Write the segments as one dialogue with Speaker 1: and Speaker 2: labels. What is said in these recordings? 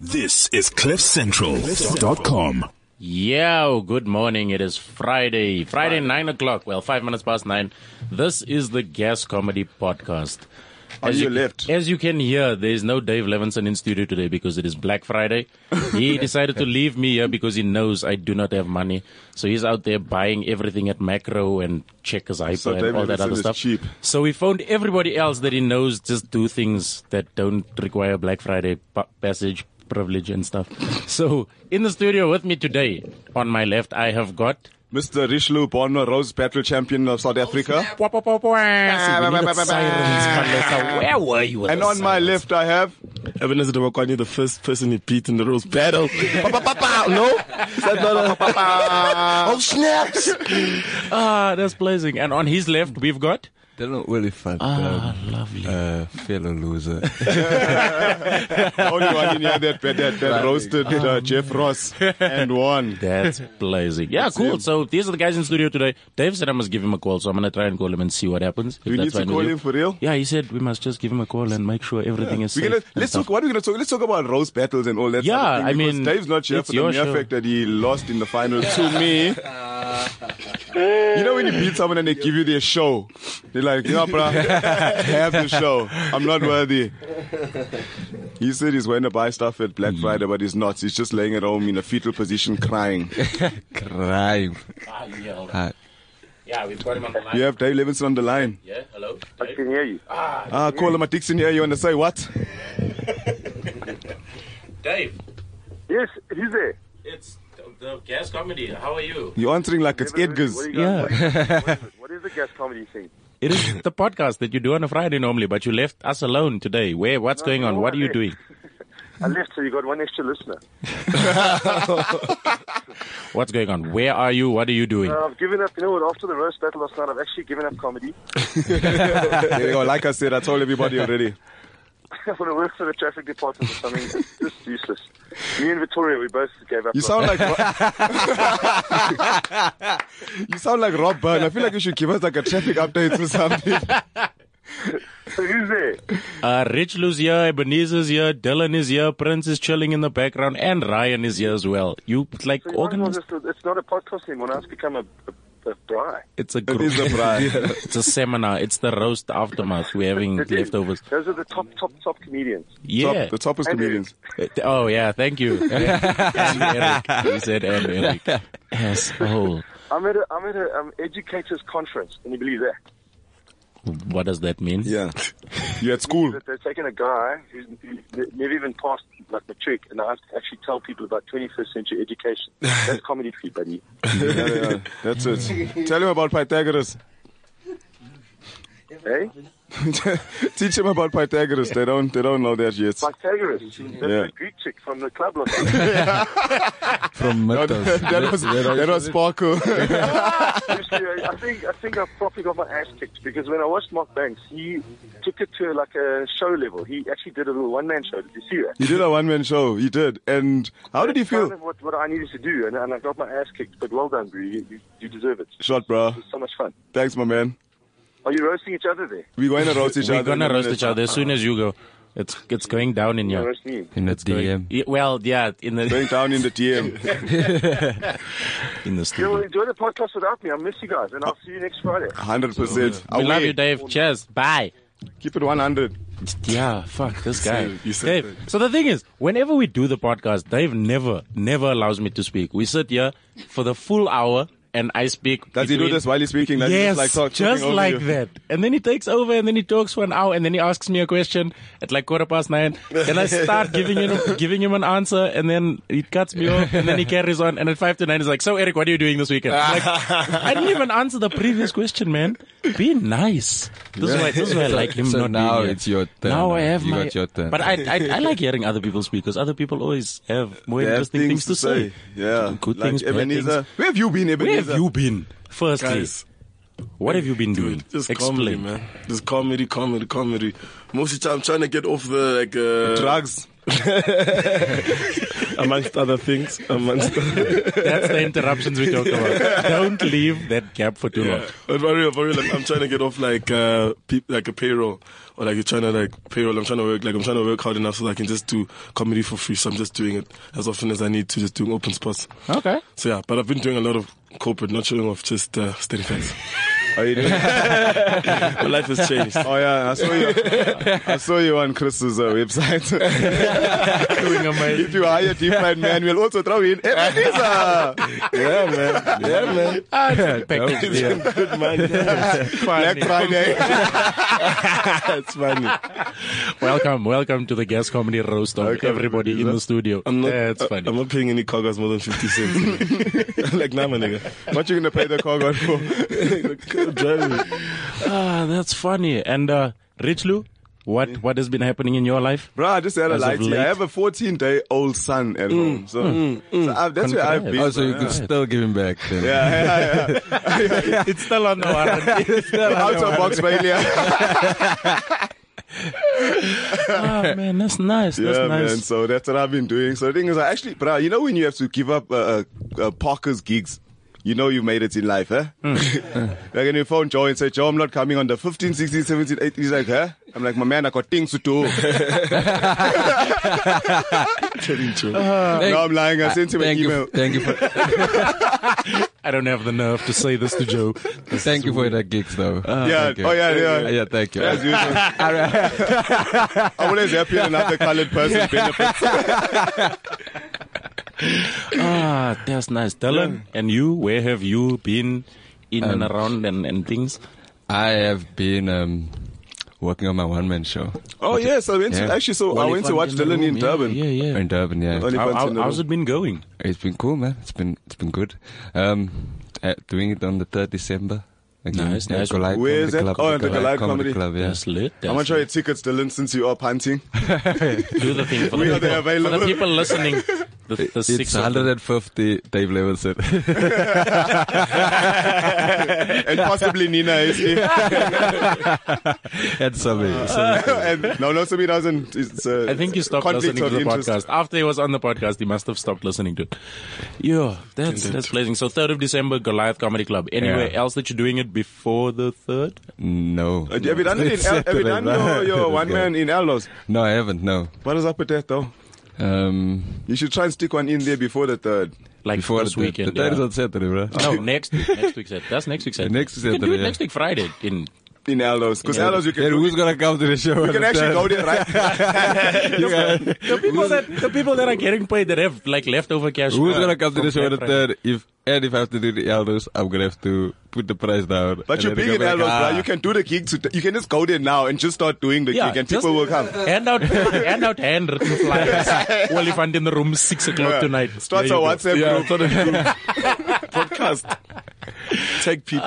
Speaker 1: This is CliffCentral.com.
Speaker 2: Yo, good morning. It is Friday, Friday, nine o'clock. Well, five minutes past nine. This is the Gas Comedy Podcast.
Speaker 3: Are you left?
Speaker 2: As you can hear, there is no Dave Levinson in studio today because it is Black Friday. He decided to leave me here because he knows I do not have money. So he's out there buying everything at Macro and Checkers Hyper
Speaker 3: So Dave
Speaker 2: and all that
Speaker 3: Levinson
Speaker 2: other
Speaker 3: is
Speaker 2: stuff.
Speaker 3: cheap.
Speaker 2: So we phoned everybody else that he knows just do things that don't require Black Friday pa- passage privilege and stuff. So in the studio with me today, on my left, I have got.
Speaker 3: Mr. Richelieu Bonner, Rose Battle Champion of South Africa.
Speaker 2: Wah, wah, wah, wah. We needed sirens, Kalesa. Where were you? with
Speaker 3: And
Speaker 2: the
Speaker 3: on my
Speaker 2: sirens?
Speaker 3: left, I have.
Speaker 4: Ebenezer Damakwani, the first person he beat in the Rose Battle. Pa, pa, pa, pa. no? Is that not a... oh, snaps!
Speaker 2: Ah, that's blazing. And on his left, we've got.
Speaker 5: They're not really fun. Ah, lovely. Uh, fellow loser.
Speaker 3: Only one in here that, that, that, that roasted uh, Jeff Ross and won.
Speaker 2: That's blazing. Yeah, cool. So these are the guys in studio today. Dave said I must give him a call, so I'm gonna try and call him and see what happens. if
Speaker 3: We need
Speaker 2: that's
Speaker 3: to
Speaker 2: fine with
Speaker 3: call
Speaker 2: you.
Speaker 3: him for real?
Speaker 2: Yeah, he said we must just give him a call and make sure everything is
Speaker 3: We're
Speaker 2: safe.
Speaker 3: gonna,
Speaker 2: and
Speaker 3: let's
Speaker 2: stuff.
Speaker 3: talk. What are we gonna talk? Let's talk about rose battles and all that.
Speaker 2: Yeah,
Speaker 3: sort of
Speaker 2: I
Speaker 3: thing, because
Speaker 2: mean,
Speaker 3: Dave's not here
Speaker 2: it's
Speaker 3: for the
Speaker 2: your
Speaker 3: mere
Speaker 2: show.
Speaker 3: fact that he lost in the final to me. you know when you beat someone and they give you their show, they're like, "No, bruh, have the show. I'm not worthy." He said he's going to buy stuff at
Speaker 2: Mm.
Speaker 3: Black Friday, but he's not. He's just laying at home in a fetal position, crying.
Speaker 5: Crime.
Speaker 2: Ah, yeah, all right.
Speaker 5: Hi.
Speaker 2: Yeah, we've got him on the line.
Speaker 3: You have Dave Levinson on the line.
Speaker 2: Yeah, hello.
Speaker 6: I can hear you.
Speaker 3: Ah, call him a Dixon here. You want to say what?
Speaker 2: Dave,
Speaker 6: Yes, he's there.
Speaker 2: it's the gas comedy. How are you?
Speaker 3: You're answering like it's Edgar's.
Speaker 6: What do you
Speaker 2: Yeah.
Speaker 6: guys- what is- what is- What is the gas comedy thing?
Speaker 2: It is the podcast that you do on a Friday normally, but you left us alone today. Where? What's going on? What are you doing?
Speaker 6: I Uh, left, so you got one extra listener.
Speaker 2: What's going on? Where are you? What are you doing?
Speaker 6: Uh, I've given up. You know what? After the roast battle last night, I've actually given up comedy.
Speaker 3: There you go. Like I said, I told everybody already.
Speaker 6: I want to work for the traffic department or something. It's just useless. Me and Victoria, we both gave up.
Speaker 3: You sound like Ro- you sound like Rob Byrne. I feel like you should give us like a traffic update or something.
Speaker 6: So who's there?
Speaker 2: Uh, Rich Lou's here, Ebenezer is here, Dylan is here, Prince is chilling in the background, and Ryan is here as well. You like
Speaker 6: So you might as well
Speaker 2: organized?
Speaker 6: just, it's not a podcast anymore. Now it's become a, a, a braai.
Speaker 2: It's a
Speaker 3: It
Speaker 2: group.
Speaker 3: is a bribe.
Speaker 2: It's a seminar. It's the roast aftermath. We're having
Speaker 6: It is.
Speaker 2: leftovers.
Speaker 6: Those are the top, top, top comedians.
Speaker 2: Yeah. Uh,
Speaker 3: Top, the toppest
Speaker 6: Andrew.
Speaker 3: comedians.
Speaker 2: Oh yeah. Thank you. And Eric. You said and Eric. Asshole.
Speaker 6: I'm at a, I'm at a um, educators conference. Can you believe that?
Speaker 2: What does that mean?
Speaker 3: Yeah. You at school.
Speaker 6: that they've taken a guy who's who's never even passed like the trick, and I have to actually tell people about 21st century education. That's comedy for you, buddy.
Speaker 3: Yeah, yeah, That's it. Tell him about Pythagoras.
Speaker 6: Hey,
Speaker 3: Teach him about Pythagoras. They don't they don't know that yet.
Speaker 6: Pythagoras, that's the Greek chick from the club. Lot.
Speaker 5: From Mythos.
Speaker 3: That was that was sparkle.
Speaker 6: Seriously, I I think I think I probably got my ass kicked because when I watched Mark Banks, he took it to like a show level. He actually did a little one man show. Did you see that?
Speaker 3: He did a one man show. He did. And how did he
Speaker 6: That's kind
Speaker 3: feel?
Speaker 6: of What, what I needed to do, and, and I got my ass kicked. But well done, Brew. You, you, you deserve it.
Speaker 3: Shot, bro.
Speaker 6: It was so much fun.
Speaker 3: Thanks, my man.
Speaker 6: Are you roasting each other there?
Speaker 3: We're going to roast each
Speaker 2: We're
Speaker 3: other.
Speaker 2: gonna roast each other as soon as you go. It's it's going down in
Speaker 6: Or
Speaker 2: your.
Speaker 6: roast me?
Speaker 5: In the
Speaker 2: Going,
Speaker 5: DM.
Speaker 2: Yeah, well, yeah, in the
Speaker 3: Going down in the DM.
Speaker 2: in the
Speaker 6: You
Speaker 2: studio.
Speaker 6: will enjoy the podcast without me. I miss you guys, and I'll see you next Friday.
Speaker 3: 100%.
Speaker 2: We love
Speaker 3: Away.
Speaker 2: you, Dave. Cheers. Bye.
Speaker 3: Keep it 100.
Speaker 2: Yeah, fuck this guy.
Speaker 3: said- you said
Speaker 2: Dave. So the thing is, whenever we do the podcast, Dave never, never allows me to speak. We sit here for the full hour and I speak.
Speaker 3: Does he do
Speaker 2: between-
Speaker 3: this while he's speaking? Does he
Speaker 2: yes,
Speaker 3: just like, talk,
Speaker 2: just
Speaker 3: talking over
Speaker 2: like
Speaker 3: you?
Speaker 2: that. And then he takes over and then he talks for an hour and then he asks me a question at like quarter past nine. Then I start giving him giving him an answer and then he cuts me off and then he carries on. And at five to nine, he's like, "So Eric, what are you doing this weekend?" I'm like, I didn't even answer the previous question, man. Be nice. This is why this is why I like him
Speaker 5: So
Speaker 2: not
Speaker 5: now
Speaker 2: being here.
Speaker 5: it's your turn.
Speaker 2: Now I have
Speaker 5: You
Speaker 2: my
Speaker 5: got your turn.
Speaker 2: But I, I I like hearing other people speak because other people always have more
Speaker 3: They have
Speaker 2: interesting things, to say.
Speaker 3: Yeah.
Speaker 2: Good
Speaker 3: Like
Speaker 2: things, bad
Speaker 3: Ebenezer.
Speaker 2: things.
Speaker 3: Where have you been, Ebenezer?
Speaker 2: Where have you been? Firstly,
Speaker 4: Guys,
Speaker 2: what have you been doing?
Speaker 4: dude, just comedy, man. Just comedy, comedy, comedy. Most of the time, I'm trying to get off the, like, uh,
Speaker 3: Drugs.
Speaker 4: amongst other things. Amongst
Speaker 2: That's the interruptions we talk about. Don't leave that gap for too long.
Speaker 4: But for real, for real, like, I'm trying to get off like uh, peop like a payroll or like you're trying to like payroll. I'm trying to work like I'm trying to work hard enough so that I can just do comedy for free. So I'm just doing it as often as I need to, just doing open spots.
Speaker 2: Okay.
Speaker 4: So yeah, but I've been doing a lot of corporate, not showing off, just uh, steady face.
Speaker 3: Are you doing?
Speaker 4: My life has changed.
Speaker 3: Oh yeah, I saw you. I saw you on Chris's uh, website.
Speaker 2: Doing amazing.
Speaker 3: if you hire Deepan man, we'll also throw in Ebenezer.
Speaker 4: Yeah, man. Yeah, man.
Speaker 2: Ah, it's a package deal.
Speaker 4: Good man.
Speaker 3: Black
Speaker 2: Funny.
Speaker 3: Friday.
Speaker 4: That's funny.
Speaker 2: Welcome, welcome to the Gas Comedy Roast of
Speaker 3: Okay. uh,
Speaker 2: everybody in the studio.
Speaker 4: I'm not.
Speaker 2: That's
Speaker 4: I-
Speaker 2: funny.
Speaker 4: I'm not paying any cargas more than fifty cents. like nah, my nigga.
Speaker 3: what you gonna pay the car guard for?
Speaker 4: Drive me.
Speaker 2: ah, that's funny. And uh, Rich Lou, what, what has been happening in your life?
Speaker 3: Bro, I just had a
Speaker 2: As of
Speaker 3: light. here. I
Speaker 2: late.
Speaker 3: have a 14 day old son at
Speaker 4: Mm,
Speaker 3: home, so, so I, that's where I've been.
Speaker 5: Oh, so you
Speaker 3: bro.
Speaker 5: could still give him back then.
Speaker 3: yeah, yeah, yeah.
Speaker 2: It's still on the warranty.
Speaker 3: Out of box failure.
Speaker 2: oh, man, that's nice. That's
Speaker 3: yeah,
Speaker 2: nice.
Speaker 3: man. So that's what I've been doing. So the thing is, I actually, bro, you know when you have to give up uh, uh, uh, Parker's gigs, you know you made it in life, huh? like when you phone Joe and say, Joe, I'm not coming on the 15, 16, 17, 18. He's like, huh? I'm like, my man, I got things to do. no, I'm lying. I sent him an
Speaker 5: Thank
Speaker 3: email.
Speaker 5: you, thank you for
Speaker 2: I don't have the nerve to say this to Joe.
Speaker 5: thank you for that gigs though.
Speaker 3: Yeah.
Speaker 5: Ah, Thank you.
Speaker 3: Oh, yeah, yeah.
Speaker 5: yeah. Thank you.
Speaker 3: As usual. I'm always happy when another colored person benefits.
Speaker 2: Ah, that's nice. Dylan, and you, where have you been in and around and, and things?
Speaker 5: I have been um, working on my one man show
Speaker 3: Oh, yes. I went to,
Speaker 5: Yeah.
Speaker 3: actually, so I went to watch
Speaker 2: Olifant
Speaker 3: Dylan
Speaker 2: the
Speaker 3: in
Speaker 2: room.
Speaker 3: Durban.
Speaker 2: Yeah, yeah. yeah.
Speaker 5: in Durban. Yeah,
Speaker 3: Olifant
Speaker 2: How,
Speaker 3: in
Speaker 2: how,
Speaker 3: the
Speaker 2: how's
Speaker 3: room.
Speaker 2: it been going?
Speaker 5: it's been cool, man. It's been it's been good. Um, uh, doing it on the third December. Again.
Speaker 2: Nice,
Speaker 5: Yeah,
Speaker 2: nice.
Speaker 5: Collide
Speaker 3: Where
Speaker 5: Comedy
Speaker 3: is that?
Speaker 5: Club,
Speaker 3: Oh, at the Collide Comedy.
Speaker 5: Club. Yeah.
Speaker 2: That's lit.
Speaker 3: I'm going
Speaker 2: that's
Speaker 3: to try your tickets, Dylan, since you are panting.
Speaker 2: lit. do the thing for the
Speaker 3: We are
Speaker 2: people. For
Speaker 3: there
Speaker 2: the
Speaker 3: available.
Speaker 2: people listening, the, the
Speaker 5: It's
Speaker 2: six of them.
Speaker 5: 150 er Dave Levinson.
Speaker 3: and possibly Nina eh? is here.
Speaker 5: and Sammy.
Speaker 3: and no, no, Sumi doesn't. It's a
Speaker 2: I think he stopped
Speaker 3: conflict
Speaker 2: listening to
Speaker 3: of
Speaker 2: the
Speaker 3: interest.
Speaker 2: podcast. After he was on the podcast, he must have stopped listening to it. Yeah, that's that's blazing. So third of December, Goliath Comedy Club. Anywhere
Speaker 5: Yeah.
Speaker 2: else that you're doing it before the third?
Speaker 5: no.
Speaker 3: Uh, Have you done it in
Speaker 5: It's
Speaker 3: El- have you
Speaker 5: Saturday,
Speaker 3: done your,
Speaker 5: man.
Speaker 3: your one
Speaker 5: Okay.
Speaker 3: man in Ellos?
Speaker 5: No, I haven't. No.
Speaker 3: What is up with that though?
Speaker 5: Um,
Speaker 3: You should try and stick one in there before the third.
Speaker 2: Like
Speaker 5: before
Speaker 2: this
Speaker 5: the,
Speaker 2: weekend?
Speaker 5: The third is
Speaker 2: yeah.
Speaker 5: on Saturday, bro.
Speaker 2: no, next week. Next week Saturday. That's next week Saturday.
Speaker 5: Next week
Speaker 2: You can do it
Speaker 5: Saturday,
Speaker 2: next week Friday. In
Speaker 3: In Ellos. Because Ellos you can,
Speaker 5: Then
Speaker 3: do-
Speaker 5: who's gonna come to the show?
Speaker 3: you can actually go there, right?
Speaker 2: the people that the people that are getting paid that have like leftover cash.
Speaker 5: Who's
Speaker 2: uh,
Speaker 5: gonna come to
Speaker 2: from
Speaker 5: the show on the
Speaker 2: Black Friday.
Speaker 5: third? If and if I have to do the elders, I'm gonna have to put the price down.
Speaker 3: But
Speaker 5: And
Speaker 3: you're
Speaker 5: then
Speaker 3: big in
Speaker 5: they're
Speaker 3: Ellos,
Speaker 5: gonna be like,
Speaker 3: bro. You
Speaker 5: "Ah."
Speaker 3: can do the gig today. You can just go there now and just start doing the
Speaker 2: Yeah,
Speaker 3: gig and
Speaker 2: just-
Speaker 3: people will come.
Speaker 2: Hand out, hand out handwritten flyers. Olifant in the room, six o'clock
Speaker 3: Yeah.
Speaker 2: tonight.
Speaker 3: Start a
Speaker 2: There you go.
Speaker 3: WhatsApp
Speaker 4: Yeah, it's
Speaker 3: group.
Speaker 4: on a group. podcast. Tag people.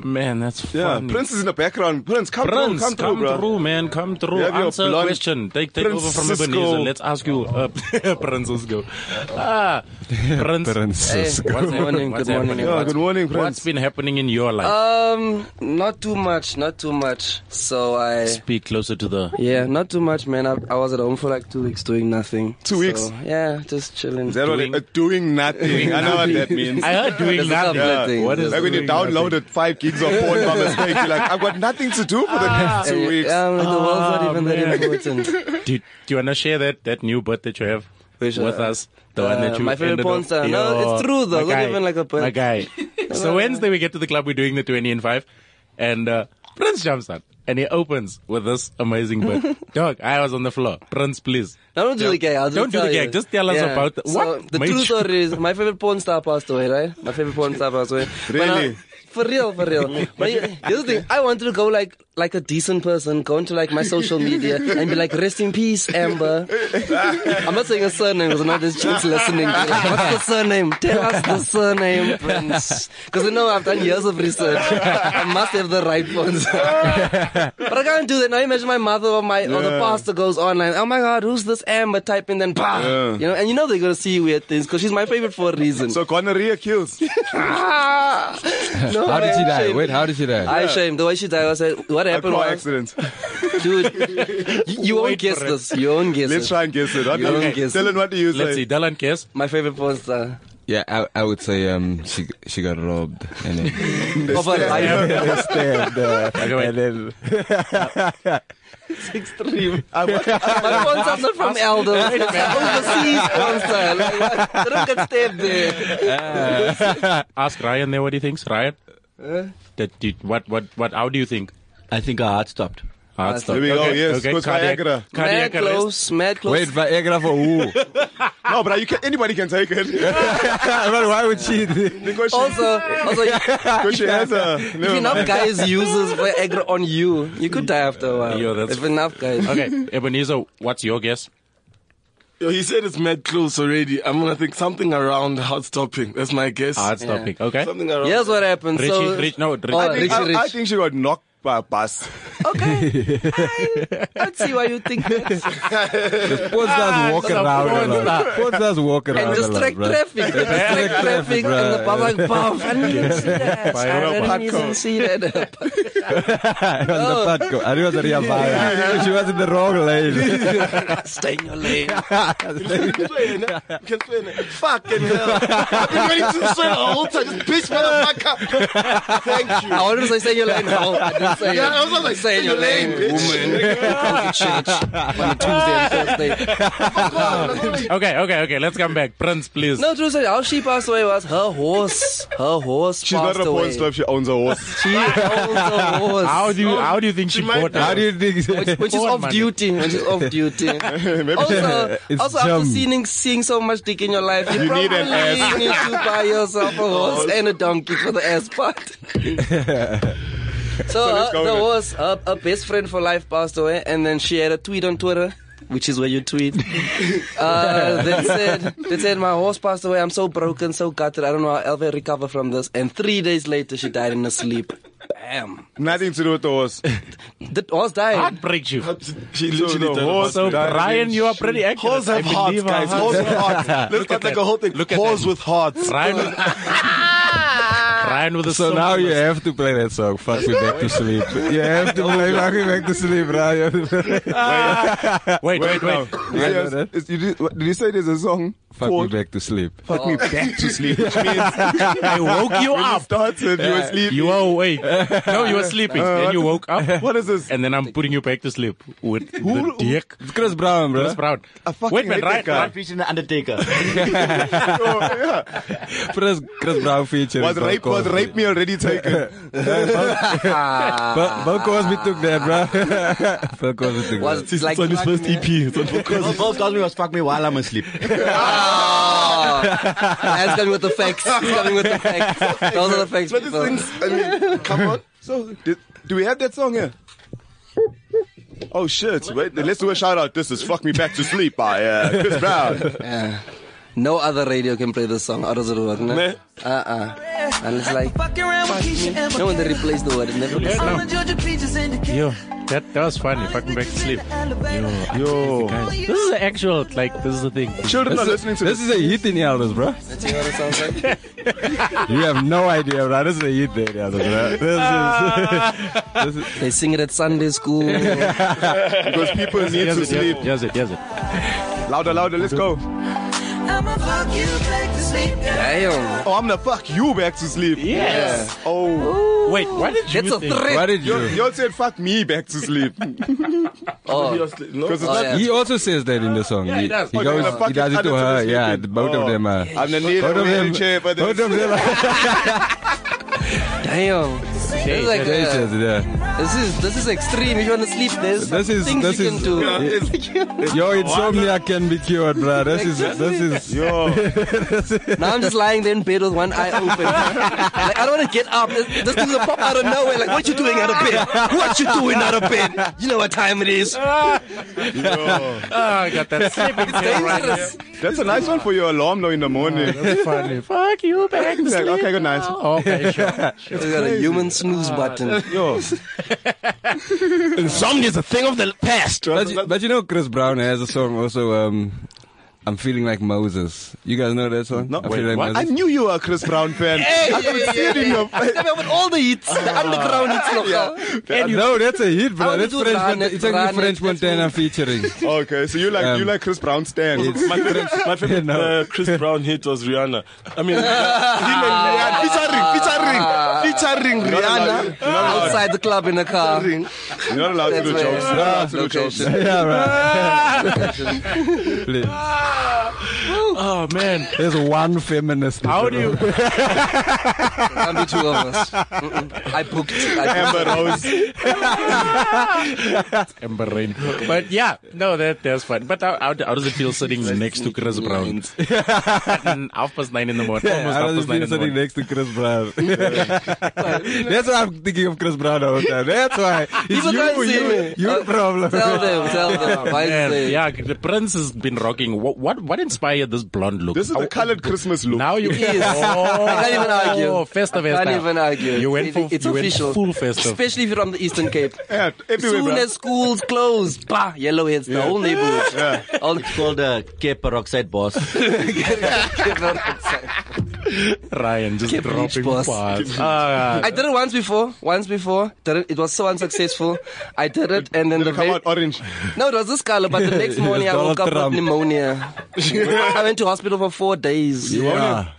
Speaker 2: Ah, man, that's
Speaker 3: Yeah,
Speaker 2: funny.
Speaker 3: Prince is in the background. Prince, come
Speaker 2: Prince,
Speaker 3: through, come,
Speaker 2: come
Speaker 3: through, bro.
Speaker 2: through, man, come through.
Speaker 3: have your
Speaker 2: Answer a
Speaker 3: blonde
Speaker 2: question. Take take
Speaker 3: Prince
Speaker 2: over from
Speaker 3: Cisco.
Speaker 2: Ebenezer. Let's ask you, uh, Prince Cisco. Ah, Prince.
Speaker 5: Princess.
Speaker 2: What's
Speaker 7: Eh, Good morning,
Speaker 2: happening? What's
Speaker 7: good morning,
Speaker 2: happening?
Speaker 7: everyone.
Speaker 3: Yeah, good morning,
Speaker 2: What's
Speaker 3: Prince.
Speaker 2: been happening in your life?
Speaker 7: Um, not too much, not too much. So I,
Speaker 2: Speak closer to the.
Speaker 7: yeah, not too much, man. I, I was at home for like two weeks doing nothing.
Speaker 3: Two weeks?
Speaker 7: So, yeah, just chilling.
Speaker 3: Is that what
Speaker 2: Doing-
Speaker 3: it- uh, doing nothing. I know what that means.
Speaker 2: I heard doing
Speaker 7: There's a
Speaker 2: nothing.
Speaker 7: couple of things.
Speaker 2: What is
Speaker 3: Like when you downloaded five gigs of porn by mistake, you're like, I've got nothing to do for the next two
Speaker 7: Yeah,
Speaker 3: weeks.
Speaker 7: yeah, I'm like, um, the world's
Speaker 2: Ah,
Speaker 7: not even
Speaker 2: man.
Speaker 7: that important.
Speaker 2: Do, do you want to share that that new birth that you have
Speaker 7: Which,
Speaker 2: with
Speaker 7: uh,
Speaker 2: us? The one
Speaker 7: uh,
Speaker 2: that you
Speaker 7: my favorite
Speaker 2: ended
Speaker 7: porn
Speaker 2: up-
Speaker 7: star. No,
Speaker 2: Yo,
Speaker 7: it's true, though.
Speaker 2: my
Speaker 7: Not
Speaker 2: guy,
Speaker 7: even like a porn-
Speaker 2: My guy. so Wednesday we get to the club, we're doing the twenty and five, and uh, Prince jumps on and he opens with this amazing bit. Dog, I was on the floor. Prince, please.
Speaker 7: No, don't do the gag. I'll just
Speaker 2: Don't do
Speaker 7: tell
Speaker 2: the
Speaker 7: you.
Speaker 2: gag. Just tell us
Speaker 7: Yeah.
Speaker 2: about the-
Speaker 7: So
Speaker 2: what
Speaker 7: the
Speaker 2: made
Speaker 7: true
Speaker 2: you-
Speaker 7: story is my favorite porn star passed away, right? My favorite porn star passed away. But
Speaker 3: Really?
Speaker 7: I- for real, for real. But he- here's the thing. I wanted to go like like a decent person, go into like my social media and be like, rest in peace, Amber. I'm not saying a surname because I know there's chicks listening. They're Like, What's the surname? Tell us the surname, Prince. Because I know I've done years of research. I must have the right porn star. But I can't do that. Now imagine my mother or my or the pastor goes online. Oh my God, who's this Amber? Type in then, bah. You know, and you know they're gonna see weird things because she's my favorite for a reason.
Speaker 3: So gonorrhea kills.
Speaker 7: no,
Speaker 5: How did
Speaker 7: man,
Speaker 5: she die?
Speaker 7: shame.
Speaker 5: Wait, how did she die?
Speaker 7: I shame the way she died. I said, what What
Speaker 3: A
Speaker 7: happened
Speaker 3: car
Speaker 7: was,
Speaker 3: accident.
Speaker 7: dude, you, you won't
Speaker 2: Wait
Speaker 7: guess
Speaker 2: for it.
Speaker 7: this. You won't guess
Speaker 3: Let's
Speaker 7: it.
Speaker 3: try and guess it. What
Speaker 7: You don't
Speaker 3: okay.
Speaker 7: guess
Speaker 3: Dylan,
Speaker 7: it.
Speaker 3: what do you
Speaker 2: Let's see.
Speaker 3: say?
Speaker 2: Dylan, guess.
Speaker 7: My favorite porn star
Speaker 5: Yeah, I, I would say um she she got robbed and then
Speaker 7: of her life.
Speaker 8: Understand, uh,
Speaker 2: Okay, wait.
Speaker 8: and then
Speaker 7: Extreme. I, my porn star's not from Elder. Overseas porn star. Like, I don't get stabbed there.
Speaker 2: Ask Ryan there what he thinks. Ryan, that did, what what what? How do you think?
Speaker 9: I think our heart stopped.
Speaker 2: Heart
Speaker 7: There
Speaker 2: stop.
Speaker 3: There we go.
Speaker 2: Okay,
Speaker 3: Yes,
Speaker 2: okay,
Speaker 3: okay.
Speaker 2: cardiac-
Speaker 3: Viagra.
Speaker 2: cardiac
Speaker 7: Mad
Speaker 2: arrest.
Speaker 7: close, mad close.
Speaker 5: wait Viagra for who?
Speaker 3: No, but you can, anybody can take it
Speaker 8: but why would she?
Speaker 3: because she,
Speaker 7: Also, also,
Speaker 3: because she has a.
Speaker 7: If
Speaker 3: Never
Speaker 7: enough
Speaker 3: mind.
Speaker 7: guys uses Viagra on you, you could die after a while.
Speaker 2: Yeah, that's-
Speaker 7: if enough guys.
Speaker 2: Okay, Ebenezer, what's your guess?
Speaker 4: Yo, he said it's mad close already. I'm gonna think something around heart stopping. That's my guess.
Speaker 2: Heart stopping. Okay.
Speaker 4: Something around.
Speaker 7: Here's what happened.
Speaker 2: Richie,
Speaker 7: so,
Speaker 2: Rich, no, Richie.
Speaker 7: Oh, Richie,
Speaker 3: I,
Speaker 7: Eh? Rich.
Speaker 3: I think she got knocked by a bus.
Speaker 7: Okay. I don't see why you think that.
Speaker 8: Porn
Speaker 3: Ah,
Speaker 8: stars walk around a lot. Porn stars walk around
Speaker 7: And
Speaker 8: a lot,
Speaker 7: distract
Speaker 8: bruh.
Speaker 7: traffic. Distract traffic in the public bath. I didn't see that. I didn't see that.
Speaker 8: It was
Speaker 3: Oh.
Speaker 8: the front court. And it was a real vibe. She was in the wrong lane.
Speaker 7: Stay in your lane.
Speaker 4: Explain it. Explain it. Fucking hell. I've been ready to say the whole time. Just bitch, motherfucker. Thank you.
Speaker 7: I wanted to say stay in your lane. No, I didn't say
Speaker 4: Yeah, I
Speaker 7: it.
Speaker 4: was like,
Speaker 7: Stay in your lane, woman. Come to church on a Tuesday and Thursday.
Speaker 2: Okay, okay, okay. Let's come back, Prince, please.
Speaker 7: No, true story. How she passed away was her horse. Her horse
Speaker 3: She's
Speaker 7: passed
Speaker 3: not a porn
Speaker 7: away.
Speaker 3: star. She owns a horse.
Speaker 7: She owns a horse.
Speaker 2: How do you how do you think she,
Speaker 4: She might-
Speaker 2: bought
Speaker 8: How
Speaker 2: that?
Speaker 8: do you think?
Speaker 7: When she's
Speaker 2: Porn
Speaker 7: off
Speaker 2: money.
Speaker 7: duty. When she's off duty. also,
Speaker 8: It's
Speaker 7: also after
Speaker 8: dumb.
Speaker 7: seeing, seeing so much dick in your life, you, probably
Speaker 3: need an ass. Oh.
Speaker 7: need to buy yourself a horse and a donkey for the ass part. so
Speaker 3: go
Speaker 7: her, the
Speaker 3: with it.
Speaker 7: horse, her, her best friend for life passed away, and then she had a tweet on Twitter. Which is where you tweet. Uh, that said, that said, my horse passed away. I'm so broken, so gutted. I don't know how I'll ever recover from this. And three days later, she died in her sleep. Bam.
Speaker 3: Nothing to do with the horse.
Speaker 7: The horse died.
Speaker 2: Heart breaks you.
Speaker 4: She
Speaker 3: So the
Speaker 4: literally done
Speaker 3: horse.
Speaker 4: horse.
Speaker 2: So
Speaker 3: died.
Speaker 2: Ryan, you are pretty accurate.
Speaker 4: Horse have
Speaker 2: I
Speaker 4: hearts,
Speaker 2: believe uh, our
Speaker 4: guys. Horse with hearts. Let's
Speaker 2: at
Speaker 4: cut like
Speaker 2: that.
Speaker 4: a whole thing.
Speaker 2: Look at
Speaker 4: Horse
Speaker 2: that.
Speaker 4: with hearts.
Speaker 2: Ryan, with, Ryan with a
Speaker 8: So now you have to play that song. Fuck me back to sleep. You have to
Speaker 3: Oh,
Speaker 8: play Fuck me back to sleep, right?
Speaker 2: wait, wait, wait.
Speaker 3: Yes, it's- you did, what- did you say there's a song?
Speaker 5: Fuck me
Speaker 3: called
Speaker 5: back to sleep.
Speaker 3: Fuck me back to sleep, which means
Speaker 2: I woke you
Speaker 3: when you
Speaker 2: up.
Speaker 3: started, you were sleeping.
Speaker 2: You were awake. No, you were sleeping. Then you woke up.
Speaker 3: What is this?
Speaker 2: And then I'm putting you back to sleep with the
Speaker 3: Who-
Speaker 2: dick.
Speaker 5: It's Chris Brown, bro.
Speaker 2: Chris Brown.
Speaker 3: fucking
Speaker 2: Wait, man,
Speaker 3: hate that
Speaker 2: Ryan,
Speaker 3: guy.
Speaker 2: Ryan,
Speaker 9: Preaching the Undertaker.
Speaker 3: Oh, yeah.
Speaker 5: Chris, Chris Brown feature.
Speaker 3: Was rape, was rape me already taken?
Speaker 5: But Bill Cosby took that, bro. Bill Cosby took
Speaker 7: was
Speaker 5: that.
Speaker 7: like
Speaker 4: It's on his
Speaker 7: fuck
Speaker 4: first
Speaker 7: me.
Speaker 4: EP. It's on Bill Cosby.
Speaker 9: Both Cosby was fuck me while I'm asleep.
Speaker 7: That's coming with the facts. It's coming with the facts. Those are the facts.
Speaker 4: But these
Speaker 7: people.
Speaker 4: things, I mean, come on.
Speaker 3: So, did, do we have that song here? Oh shit! Wait, let's do a shout out. This is "Fuck Me Back to Sleep" by uh, Chris Brown.
Speaker 7: No other radio can play this song. How does it work? No? Uh uh And it's like, no one they replace the word. It never was.
Speaker 2: Yo, that, that was funny. Fucking back to sleep.
Speaker 3: Yo,
Speaker 2: This is the actual, like, this is the thing.
Speaker 3: children are listening to
Speaker 5: This
Speaker 3: this.
Speaker 5: is a hit in the elders, bro.
Speaker 7: You know what it sounds like?
Speaker 8: You have no idea, bro. This is a hit in the elders, bro.
Speaker 3: Ah.
Speaker 8: This is.
Speaker 7: They sing it at Sunday school. That's
Speaker 3: because people need to
Speaker 2: Yes, it,
Speaker 3: sleep.
Speaker 2: yes, it, yes, it.
Speaker 3: Louder, louder. Let's go.
Speaker 7: Damn.
Speaker 3: Oh, I'm gonna fuck you back to sleep.
Speaker 2: Yes.
Speaker 3: Oh,
Speaker 2: Wait, why did you
Speaker 7: a
Speaker 2: think?
Speaker 5: What
Speaker 7: threat.
Speaker 5: did
Speaker 3: you,
Speaker 5: you?
Speaker 3: you said fuck me back to sleep.
Speaker 7: Oh,
Speaker 4: Because no.
Speaker 3: Because it's
Speaker 7: Oh,
Speaker 3: not.
Speaker 7: yeah.
Speaker 5: He also says that in the song.
Speaker 2: Yeah, he does.
Speaker 5: He,
Speaker 3: Oh,
Speaker 5: goes,
Speaker 3: they're
Speaker 5: he
Speaker 3: fucking
Speaker 5: does it to
Speaker 3: adults
Speaker 5: her.
Speaker 3: who are
Speaker 5: Yeah,
Speaker 3: sleeping.
Speaker 5: both of
Speaker 3: Oh.
Speaker 5: them are.
Speaker 3: I'm the leader
Speaker 5: Both
Speaker 3: of
Speaker 5: of them.
Speaker 3: wheelchair, but
Speaker 5: Both of them are.
Speaker 7: damn. This is like
Speaker 5: They
Speaker 7: uh,
Speaker 5: says, yeah.
Speaker 7: this is this is extreme. If you want to sleep, there's
Speaker 5: This is-
Speaker 7: things
Speaker 5: this
Speaker 7: you
Speaker 5: is-
Speaker 7: can do.
Speaker 5: Yo, insomnia can be cured, bro. This is this is
Speaker 3: Yo,
Speaker 7: Now I'm just lying there in bed with one eye open. like, I don't want to get up. This, this thing's gonna pop out of nowhere. Like, what you doing out of bed? What you doing out of bed? You know what time it is.
Speaker 2: Oh, I got that sleeping pill right there.
Speaker 7: Dangerous.
Speaker 3: that's a nice one for your alarm though in the morning.
Speaker 2: That's funny. Fuck you back to
Speaker 3: Like,
Speaker 2: sleep.
Speaker 3: okay, good night. Oh,
Speaker 2: now. Okay, sure.
Speaker 7: We got a human snooze button.
Speaker 3: Yo,
Speaker 5: But, but you know, Chris Brown has a song also. Um, I'm feeling like Moses. You guys know that song?
Speaker 3: No,
Speaker 5: I
Speaker 3: wait,
Speaker 5: feel like
Speaker 3: what?
Speaker 5: Moses.
Speaker 3: I knew you were a Chris Brown fan. I could see it in your face.
Speaker 7: I've got all the hits. Underground hits local.
Speaker 5: no, that's a hit,
Speaker 7: I
Speaker 5: bro.
Speaker 7: wanna
Speaker 5: That's
Speaker 7: do
Speaker 5: French.
Speaker 7: Rane,
Speaker 5: Montana. It's actually
Speaker 7: Rane,
Speaker 5: French
Speaker 7: that's
Speaker 5: Montana featuring.
Speaker 3: Okay, so you like you
Speaker 5: Um,
Speaker 3: like Chris Brown stan.
Speaker 4: My favorite, my favorite uh, Chris Brown hit was Rihanna. I mean, him
Speaker 3: Ah.
Speaker 4: and Rihanna featuring, featuring, featuring Rihanna.
Speaker 7: Outside the club in a car.
Speaker 3: You're not allowed to
Speaker 7: That's
Speaker 3: do
Speaker 7: where-
Speaker 3: jokes. You're not allowed to do jokes.
Speaker 7: Location.
Speaker 5: Please.
Speaker 2: Oh man,
Speaker 8: There's one feminist.
Speaker 2: how do you?
Speaker 7: Can't be two of us. Mm-mm. I booked. I booked.
Speaker 3: Amber Rose.
Speaker 2: Amber Rain. But yeah, no, that that's fun. But how, how, how does it feel sitting next to Chris Brown? At half past nine in the morning. Almost
Speaker 8: I
Speaker 2: half
Speaker 8: was
Speaker 2: past nine in the
Speaker 8: been sitting
Speaker 2: morning.
Speaker 8: next to Chris Brown. That's why I'm thinking of Chris Brown all the time. That's why. It's
Speaker 7: People can't
Speaker 8: you,
Speaker 7: see
Speaker 8: you,
Speaker 7: me.
Speaker 8: your
Speaker 7: Uh,
Speaker 8: problem.
Speaker 7: Tell them, tell them. Why
Speaker 2: Man,
Speaker 7: is
Speaker 2: yeah, the prince has been rocking. What what what inspired this blonde look?
Speaker 3: This is the colored Christmas look.
Speaker 2: now you
Speaker 7: Yes.
Speaker 2: oh,
Speaker 7: I can't even argue.
Speaker 2: Oh, festive
Speaker 7: I
Speaker 2: style.
Speaker 7: can't even argue.
Speaker 2: You went
Speaker 7: It-
Speaker 2: for
Speaker 7: it's
Speaker 2: you
Speaker 7: official.
Speaker 2: went full festive.
Speaker 7: Especially if you're from the Eastern Cape.
Speaker 3: Yeah, everywhere,
Speaker 7: Soon
Speaker 3: bro.
Speaker 7: as schools close, bah, yellowheads, the whole neighborhood. All the
Speaker 9: It's called uh, Cape Peroxide Boss.
Speaker 7: Cape outside.
Speaker 2: Ryan just
Speaker 7: Keep
Speaker 2: dropping
Speaker 7: rich, boss.
Speaker 2: bars. Ah,
Speaker 7: I did it once before. Once before, did it. It was so unsuccessful. I did it, and then
Speaker 3: It'll
Speaker 7: the
Speaker 3: come
Speaker 7: very-
Speaker 3: out orange.
Speaker 7: no, it was this color. But the next morning, I woke up with pneumonia. I went to hospital for four days.
Speaker 8: Yeah.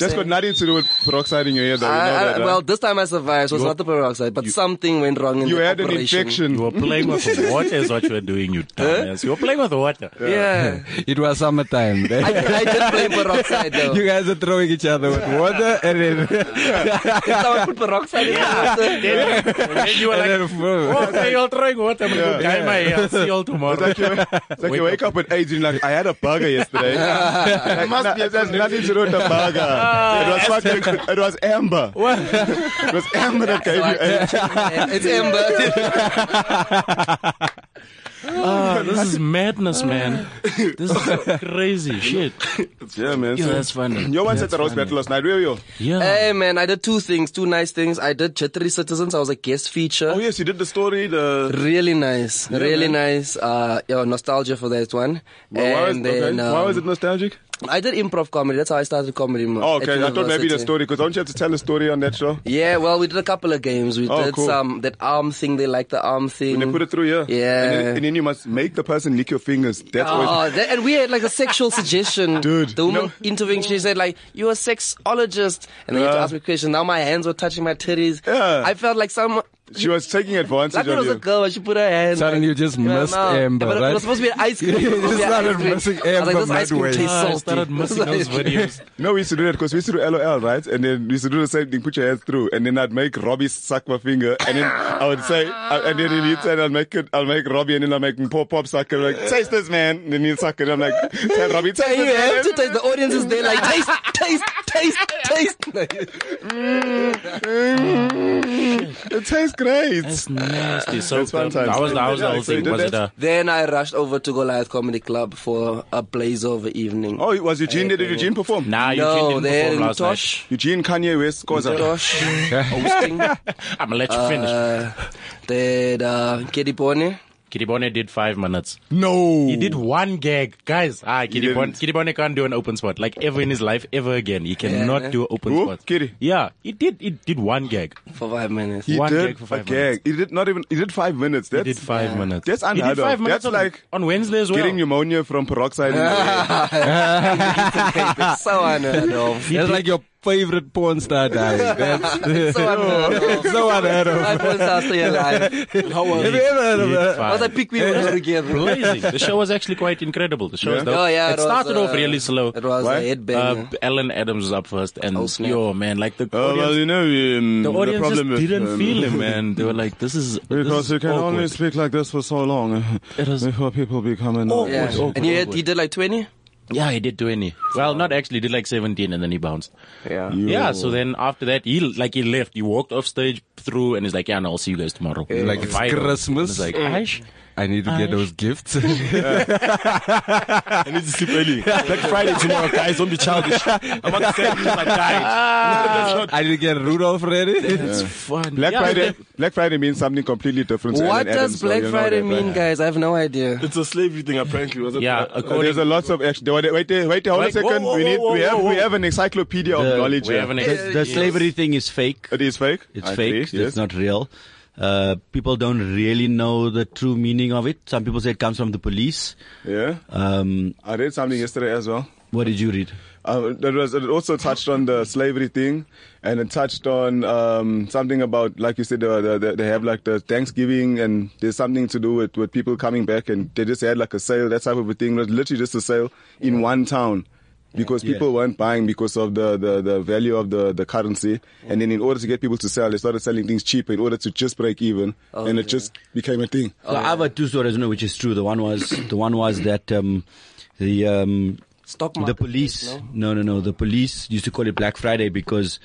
Speaker 3: That's got nothing to do with peroxide in your hair, though. You know
Speaker 7: I- I-
Speaker 3: that, right?
Speaker 7: well, this time I survived. So it's not the peroxide, but something went wrong in
Speaker 3: you
Speaker 7: the
Speaker 3: had an
Speaker 7: operation.
Speaker 3: infection.
Speaker 2: you were playing with water is what you were doing, you dumbass. You were playing with water.
Speaker 7: Yeah,
Speaker 5: It was summertime.
Speaker 7: I, I did blame peroxide though.
Speaker 5: you guys are throwing each other with water and then,
Speaker 7: Did someone put peroxide in the water?
Speaker 2: Then, then you were like,
Speaker 5: and then
Speaker 2: oh, so you're throwing water. I'm going to dye my hair. See you all
Speaker 3: It's
Speaker 2: tomorrow.
Speaker 3: like, you, it's like you wake up with AIDS and you're like, I had a burger yesterday. Like, nah, it has nothing to do with the burger. it was fucking, it was Amber. it was Amber that gave you AIDS.
Speaker 7: it's Amber.
Speaker 2: Ah, this is madness, man. This is crazy shit.
Speaker 3: Yeah, man.
Speaker 2: Yeah,
Speaker 3: so-
Speaker 2: that's funny.
Speaker 3: Your one said the roast battle last night. Where were you?
Speaker 2: Yeah.
Speaker 7: hey man, I did two things, two nice things. I did Chittery Citizens. I was a guest feature.
Speaker 3: Oh, yes, you did the story. The
Speaker 7: Really nice, really nice. Uh, yeah, nostalgia for that one.
Speaker 3: Well, why, was,
Speaker 7: and then
Speaker 3: okay.
Speaker 7: um,
Speaker 3: why was it nostalgic?
Speaker 7: I did improv comedy. That's how I started comedy. mo-
Speaker 3: Oh,
Speaker 7: at
Speaker 3: okay. I thought maybe the
Speaker 7: university.
Speaker 3: story, because don't you have to tell a story on that show?
Speaker 7: Yeah, well, we did a couple of games. We
Speaker 3: Oh,
Speaker 7: did
Speaker 3: cool.
Speaker 7: some that arm thing. They like the arm thing.
Speaker 3: And they put it through here.
Speaker 7: Mm-hmm. Yeah.
Speaker 3: And then, and then you must make the person lick your fingers. That's always.
Speaker 7: Oh, that, and we had like a sexual suggestion.
Speaker 3: Dude,
Speaker 7: the woman
Speaker 3: no.
Speaker 7: interviewing, she said like, "You're a sexologist," and then you had to
Speaker 3: Yeah.
Speaker 7: ask me questions. Now my hands were touching my titties.
Speaker 3: Yeah.
Speaker 7: I felt like some.
Speaker 3: She was taking advantage
Speaker 7: I thought it
Speaker 3: of
Speaker 7: was a
Speaker 3: you.
Speaker 7: girl, and she put her hand.
Speaker 5: Suddenly you just
Speaker 7: in my
Speaker 5: missed
Speaker 7: mouth.
Speaker 5: Amber,
Speaker 7: But it- It
Speaker 5: right?
Speaker 7: was supposed to be an ice cream. It was
Speaker 5: You
Speaker 7: supposed to be an
Speaker 5: started
Speaker 7: ice cream.
Speaker 5: missing
Speaker 7: I was like,
Speaker 5: Amber
Speaker 7: this ice cream
Speaker 5: midway.
Speaker 7: tastes
Speaker 2: Ah, I
Speaker 7: salty.
Speaker 2: started missing those videos.
Speaker 3: No, we used to do that because we used to do LOL, right? And then we used to do the same thing, put your hands through, and then I'd make Robbie suck my finger, and then I would say, I- and then he'd say, I'll make it, I'll make Robbie, and then I'll make pop pop suck, and I'm like, taste this, man. And then he'd suck, and I'm like, tell Robbie, taste
Speaker 7: And you have
Speaker 3: this,
Speaker 7: to taste. The audience is there, like taste, taste, taste, taste.
Speaker 3: man. It tastes great.
Speaker 2: That's nasty. So
Speaker 3: That's fun
Speaker 2: dumb.
Speaker 3: times.
Speaker 2: That was the, that was the
Speaker 3: Yeah,
Speaker 2: whole
Speaker 3: so you
Speaker 2: thing.
Speaker 3: did
Speaker 2: Was it uh,
Speaker 3: that?
Speaker 2: a,
Speaker 7: Then I rushed over to Goliath Comedy Club for a blaze over evening.
Speaker 3: Oh, it was Eugene there? Did Eugene perform?
Speaker 2: nah,
Speaker 7: no,
Speaker 2: you didn't
Speaker 7: there
Speaker 2: perform
Speaker 7: in
Speaker 2: last
Speaker 7: Tosh.
Speaker 3: Eugene Kanye West scores a
Speaker 7: Tosh. hosting.
Speaker 2: night. I'm going to let you finish.
Speaker 7: Uh, did uh, Kitty Pony.
Speaker 2: Kiribone did five minutes.
Speaker 3: No.
Speaker 2: He did one gag. Guys, ah, Kiribone, Kiribone can't do an open spot. Like ever in his life, ever again. He cannot
Speaker 7: Yeah.
Speaker 2: do an open
Speaker 3: Who?
Speaker 2: spot.
Speaker 3: Kiri?
Speaker 2: Yeah, he did, he did one gag.
Speaker 7: for five minutes.
Speaker 3: He
Speaker 2: One
Speaker 3: did
Speaker 2: gag for five
Speaker 3: a gag. He did not even. He did five minutes. That's
Speaker 2: he did five minutes.
Speaker 3: That's
Speaker 2: He
Speaker 3: unheard
Speaker 2: did five
Speaker 3: of.
Speaker 2: minutes
Speaker 3: That's
Speaker 2: on,
Speaker 3: like
Speaker 2: on Wednesday as well.
Speaker 3: getting pneumonia from peroxide. Uh, in your hair.
Speaker 7: It's so unheard of.
Speaker 5: That's like your favorite porn star dying. That's
Speaker 7: It's so unheard of.
Speaker 5: so unheard of.
Speaker 7: My friends are still alive.
Speaker 5: Have you ever heard of that?
Speaker 7: Was I pick me up together?
Speaker 2: Amazing. The show was actually quite incredible. The show was dope.
Speaker 7: Oh yeah,
Speaker 2: it,
Speaker 7: it, was,
Speaker 2: started
Speaker 7: uh,
Speaker 2: off really slow.
Speaker 7: It was
Speaker 3: Why?
Speaker 7: a headbanger.
Speaker 2: Uh, Alan Adams was up first, and
Speaker 7: Oh, snap.
Speaker 2: yo, man, like the
Speaker 3: Oh, well,
Speaker 2: audience,
Speaker 3: you know, um,
Speaker 2: the audience
Speaker 3: problem
Speaker 2: just
Speaker 3: with,
Speaker 2: didn't
Speaker 3: um,
Speaker 2: feel him, man. They were like, "This is
Speaker 3: Because
Speaker 2: this is
Speaker 3: you can
Speaker 2: awkward.
Speaker 3: only speak like this for so long
Speaker 2: It is-
Speaker 3: before people become annoyed.
Speaker 7: yeah.
Speaker 2: awkward,
Speaker 7: and he, had,
Speaker 2: awkward.
Speaker 7: he did like 20?
Speaker 2: Yeah, he did twenty. Well, not actually. He did like seventeen, and then he bounced.
Speaker 7: Yeah.
Speaker 2: Yeah. So then after that, he like he left. He walked off stage through, and he's like, "Yeah, no, I'll see you guys tomorrow."
Speaker 5: Like it's
Speaker 2: Viral.
Speaker 5: Christmas.
Speaker 7: Mm.
Speaker 2: It's like, "Aish."
Speaker 5: I need to get those gifts. yeah,
Speaker 4: I need to sleep early. Black Friday tomorrow, guys. Don't be childish. I'm about to say, I died.
Speaker 5: I need to get Rudolph ready.
Speaker 2: It's fun.
Speaker 3: Black
Speaker 2: Yeah,
Speaker 3: Friday. Black Friday means something completely different. to
Speaker 7: What
Speaker 3: Alan Adams,
Speaker 7: does
Speaker 3: so
Speaker 7: Black
Speaker 3: you know
Speaker 7: Friday
Speaker 3: that,
Speaker 7: mean,
Speaker 3: right?
Speaker 7: guys? I have no idea.
Speaker 4: It's a slavery thing, apparently. Was it?
Speaker 2: Yeah,
Speaker 3: Uh,
Speaker 2: according
Speaker 3: There's a lot of action. Wait, wait, wait, wait hold on a
Speaker 4: Wait, whoa,
Speaker 3: second.
Speaker 4: whoa,
Speaker 3: we need.
Speaker 4: whoa,
Speaker 3: we
Speaker 4: whoa,
Speaker 3: have.
Speaker 4: whoa.
Speaker 3: We have an encyclopedia of knowledge.
Speaker 2: we
Speaker 3: here.
Speaker 2: have an
Speaker 9: The,
Speaker 2: ex-
Speaker 9: the slavery thing is fake.
Speaker 3: it is fake.
Speaker 9: It's
Speaker 3: I
Speaker 9: fake.
Speaker 3: agree,
Speaker 9: It's
Speaker 3: yes.
Speaker 9: not real. Uh, people don't really know the true meaning of it. Some people say it comes from the police.
Speaker 3: Yeah.
Speaker 9: Um,
Speaker 3: I read something yesterday as well.
Speaker 9: what did you read?
Speaker 3: Uh, that was it also touched on the slavery thing, and it touched on um, something about like you said the, the, the, they have like the Thanksgiving, and there's something to do with, with people coming back, and they just had like a sale that type of a thing. It was literally just a sale in one town. Because people weren't buying because of the, the, the value of the, the currency. And then in order to get people to sell, they started selling things cheaper in order to just break even.
Speaker 9: Oh,
Speaker 3: and it just became a thing.
Speaker 9: So I've got two stories, no, which is true. The one was the one was that um, the um,
Speaker 7: Stock
Speaker 9: the
Speaker 7: market.
Speaker 9: police. No? no, no, The police used to call it Black Friday because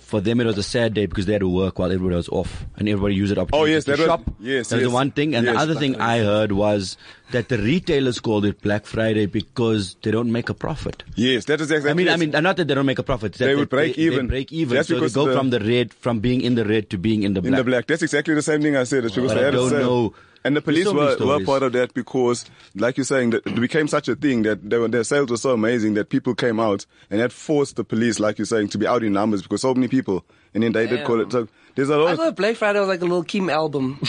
Speaker 9: for them it was a sad day because they had to work while everybody was off, and everybody used it up.
Speaker 3: Oh, yes,
Speaker 9: to
Speaker 3: that was-
Speaker 9: shop.
Speaker 3: yes,
Speaker 9: that was
Speaker 3: yes.
Speaker 9: the one thing. And
Speaker 3: Yes,
Speaker 9: the other
Speaker 3: Black
Speaker 9: thing I heard was that the retailers called it Black Friday because they don't make a profit.
Speaker 3: Yes, that is exactly
Speaker 9: I mean,
Speaker 3: it.
Speaker 9: I mean, not that they don't make a profit. that
Speaker 3: They would break
Speaker 9: they
Speaker 3: even.
Speaker 9: break even.
Speaker 3: That's
Speaker 9: so they
Speaker 3: because
Speaker 9: go
Speaker 3: the-
Speaker 9: from the red, from being in the red to being in the
Speaker 3: in
Speaker 9: black.
Speaker 3: the black. That's exactly the same thing I said. It's because
Speaker 9: But
Speaker 3: they
Speaker 9: I
Speaker 3: had a
Speaker 9: don't
Speaker 3: sale.
Speaker 9: know.
Speaker 3: And the police
Speaker 9: There's so many
Speaker 3: were, were
Speaker 9: stories.
Speaker 3: part of that because, like you're saying, that it became such a thing that they were, their sales were so amazing that people came out and that forced the police, like you're saying, to be out in numbers because so many people. And then they did call it. So there's a
Speaker 7: I
Speaker 3: lot.
Speaker 7: thought Black Friday was like a little Kim album.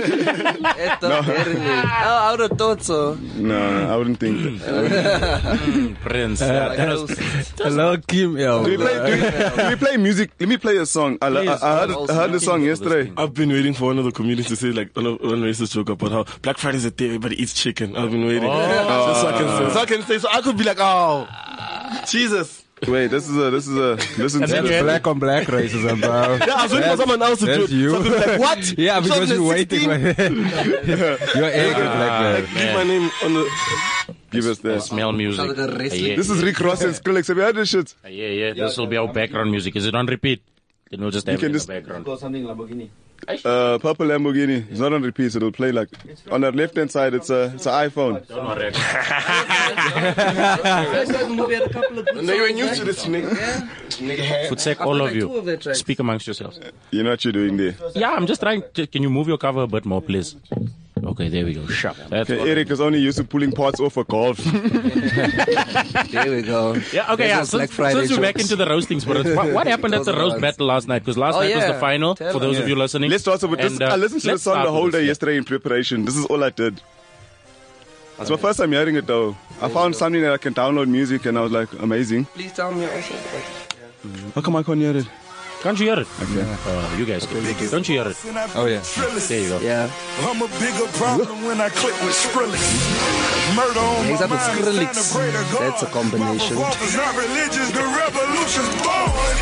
Speaker 7: At the very least. I, I would have thought so.
Speaker 3: no, no, I wouldn't think that.
Speaker 2: Prince.
Speaker 7: Like those-
Speaker 5: Hello, Kim. Yeah,
Speaker 3: Do we, play, do, we, do we play music? Let me play a song. I, I, I heard, I heard the song yesterday.
Speaker 4: I've been waiting for one of the comedians to say like one of- one racist joke about how Black Friday's a day everybody eats chicken. I've been waiting just so I can say, so I can say, so I could be like, oh, Jesus.
Speaker 3: Wait, this is a, this is a, listen to
Speaker 2: then you
Speaker 3: this.
Speaker 2: had-
Speaker 8: Black on black racism, bro.
Speaker 4: Yeah, I was waiting for someone else to do
Speaker 8: That's
Speaker 4: it.
Speaker 8: you.
Speaker 4: Something like, what?
Speaker 8: Yeah, because you're waiting.
Speaker 4: 2016?
Speaker 8: You're angry black man.
Speaker 4: Like,
Speaker 3: Ah.
Speaker 4: leave my name on the.
Speaker 3: Give us this.
Speaker 2: Smell music.
Speaker 7: Sounded like a wrestling-
Speaker 2: Yeah,
Speaker 3: This is Rick Ross and Skrillex. Have you heard this shit?
Speaker 2: yeah, yeah. This will be our background music. Is it on repeat? Then we'll just have
Speaker 3: can
Speaker 2: it in
Speaker 3: just-
Speaker 2: the background.
Speaker 9: something Lamborghini.
Speaker 3: Uh, purple Lamborghini. It's not on repeat. It'll play like on the left hand side. It's a it's an iPhone.
Speaker 7: I saw the movie had a couple of good songs,
Speaker 4: You're new to
Speaker 7: right?
Speaker 4: this, nigga.
Speaker 2: Food sec,
Speaker 7: I
Speaker 2: all
Speaker 7: put
Speaker 2: of
Speaker 7: like two
Speaker 2: you.
Speaker 7: of their tracks.
Speaker 2: Speak amongst yourselves.
Speaker 3: You know what you're doing there.
Speaker 2: Yeah, I'm just trying. to- Can you move your cover a bit more, please? Okay, there we go. Sharp. That's
Speaker 3: Okay,
Speaker 2: what-
Speaker 3: Eric is only used to pulling parts off a golf.
Speaker 7: There we go.
Speaker 2: Yeah, okay, yeah.
Speaker 7: There's those
Speaker 2: Since,
Speaker 7: Black Friday
Speaker 2: since we're back
Speaker 7: jokes.
Speaker 2: into the roasting spirit, what, what happened at the
Speaker 7: Those
Speaker 2: roast
Speaker 7: ones.
Speaker 2: battle last night? Because last
Speaker 7: Oh,
Speaker 2: night was the
Speaker 7: yeah.
Speaker 2: final,
Speaker 7: Tell
Speaker 2: for those
Speaker 7: us.
Speaker 2: of you listening.
Speaker 3: Let's start off with this.
Speaker 2: And, uh,
Speaker 3: I listened to the
Speaker 2: let's
Speaker 3: song
Speaker 2: start
Speaker 3: the whole
Speaker 2: with this,
Speaker 3: day
Speaker 2: yeah.
Speaker 3: yesterday in preparation. This is all I did. It's my first time hearing it though. I found something that I can download music and I was like, amazing.
Speaker 7: Please tell me also. like,
Speaker 3: How come I can't hear it?
Speaker 2: Can't you hear it? Uh, you guys can. Don't you hear it?
Speaker 5: Oh, yeah.
Speaker 2: There you go.
Speaker 7: Yeah.
Speaker 10: I'm a bigger problem when I click with Skrillex. Murder on
Speaker 7: Except
Speaker 10: my
Speaker 7: with
Speaker 10: mind,
Speaker 7: Skrillex.
Speaker 10: sign of greater God.
Speaker 7: That's a combination.
Speaker 10: My revolver's not religious, the revolution's born.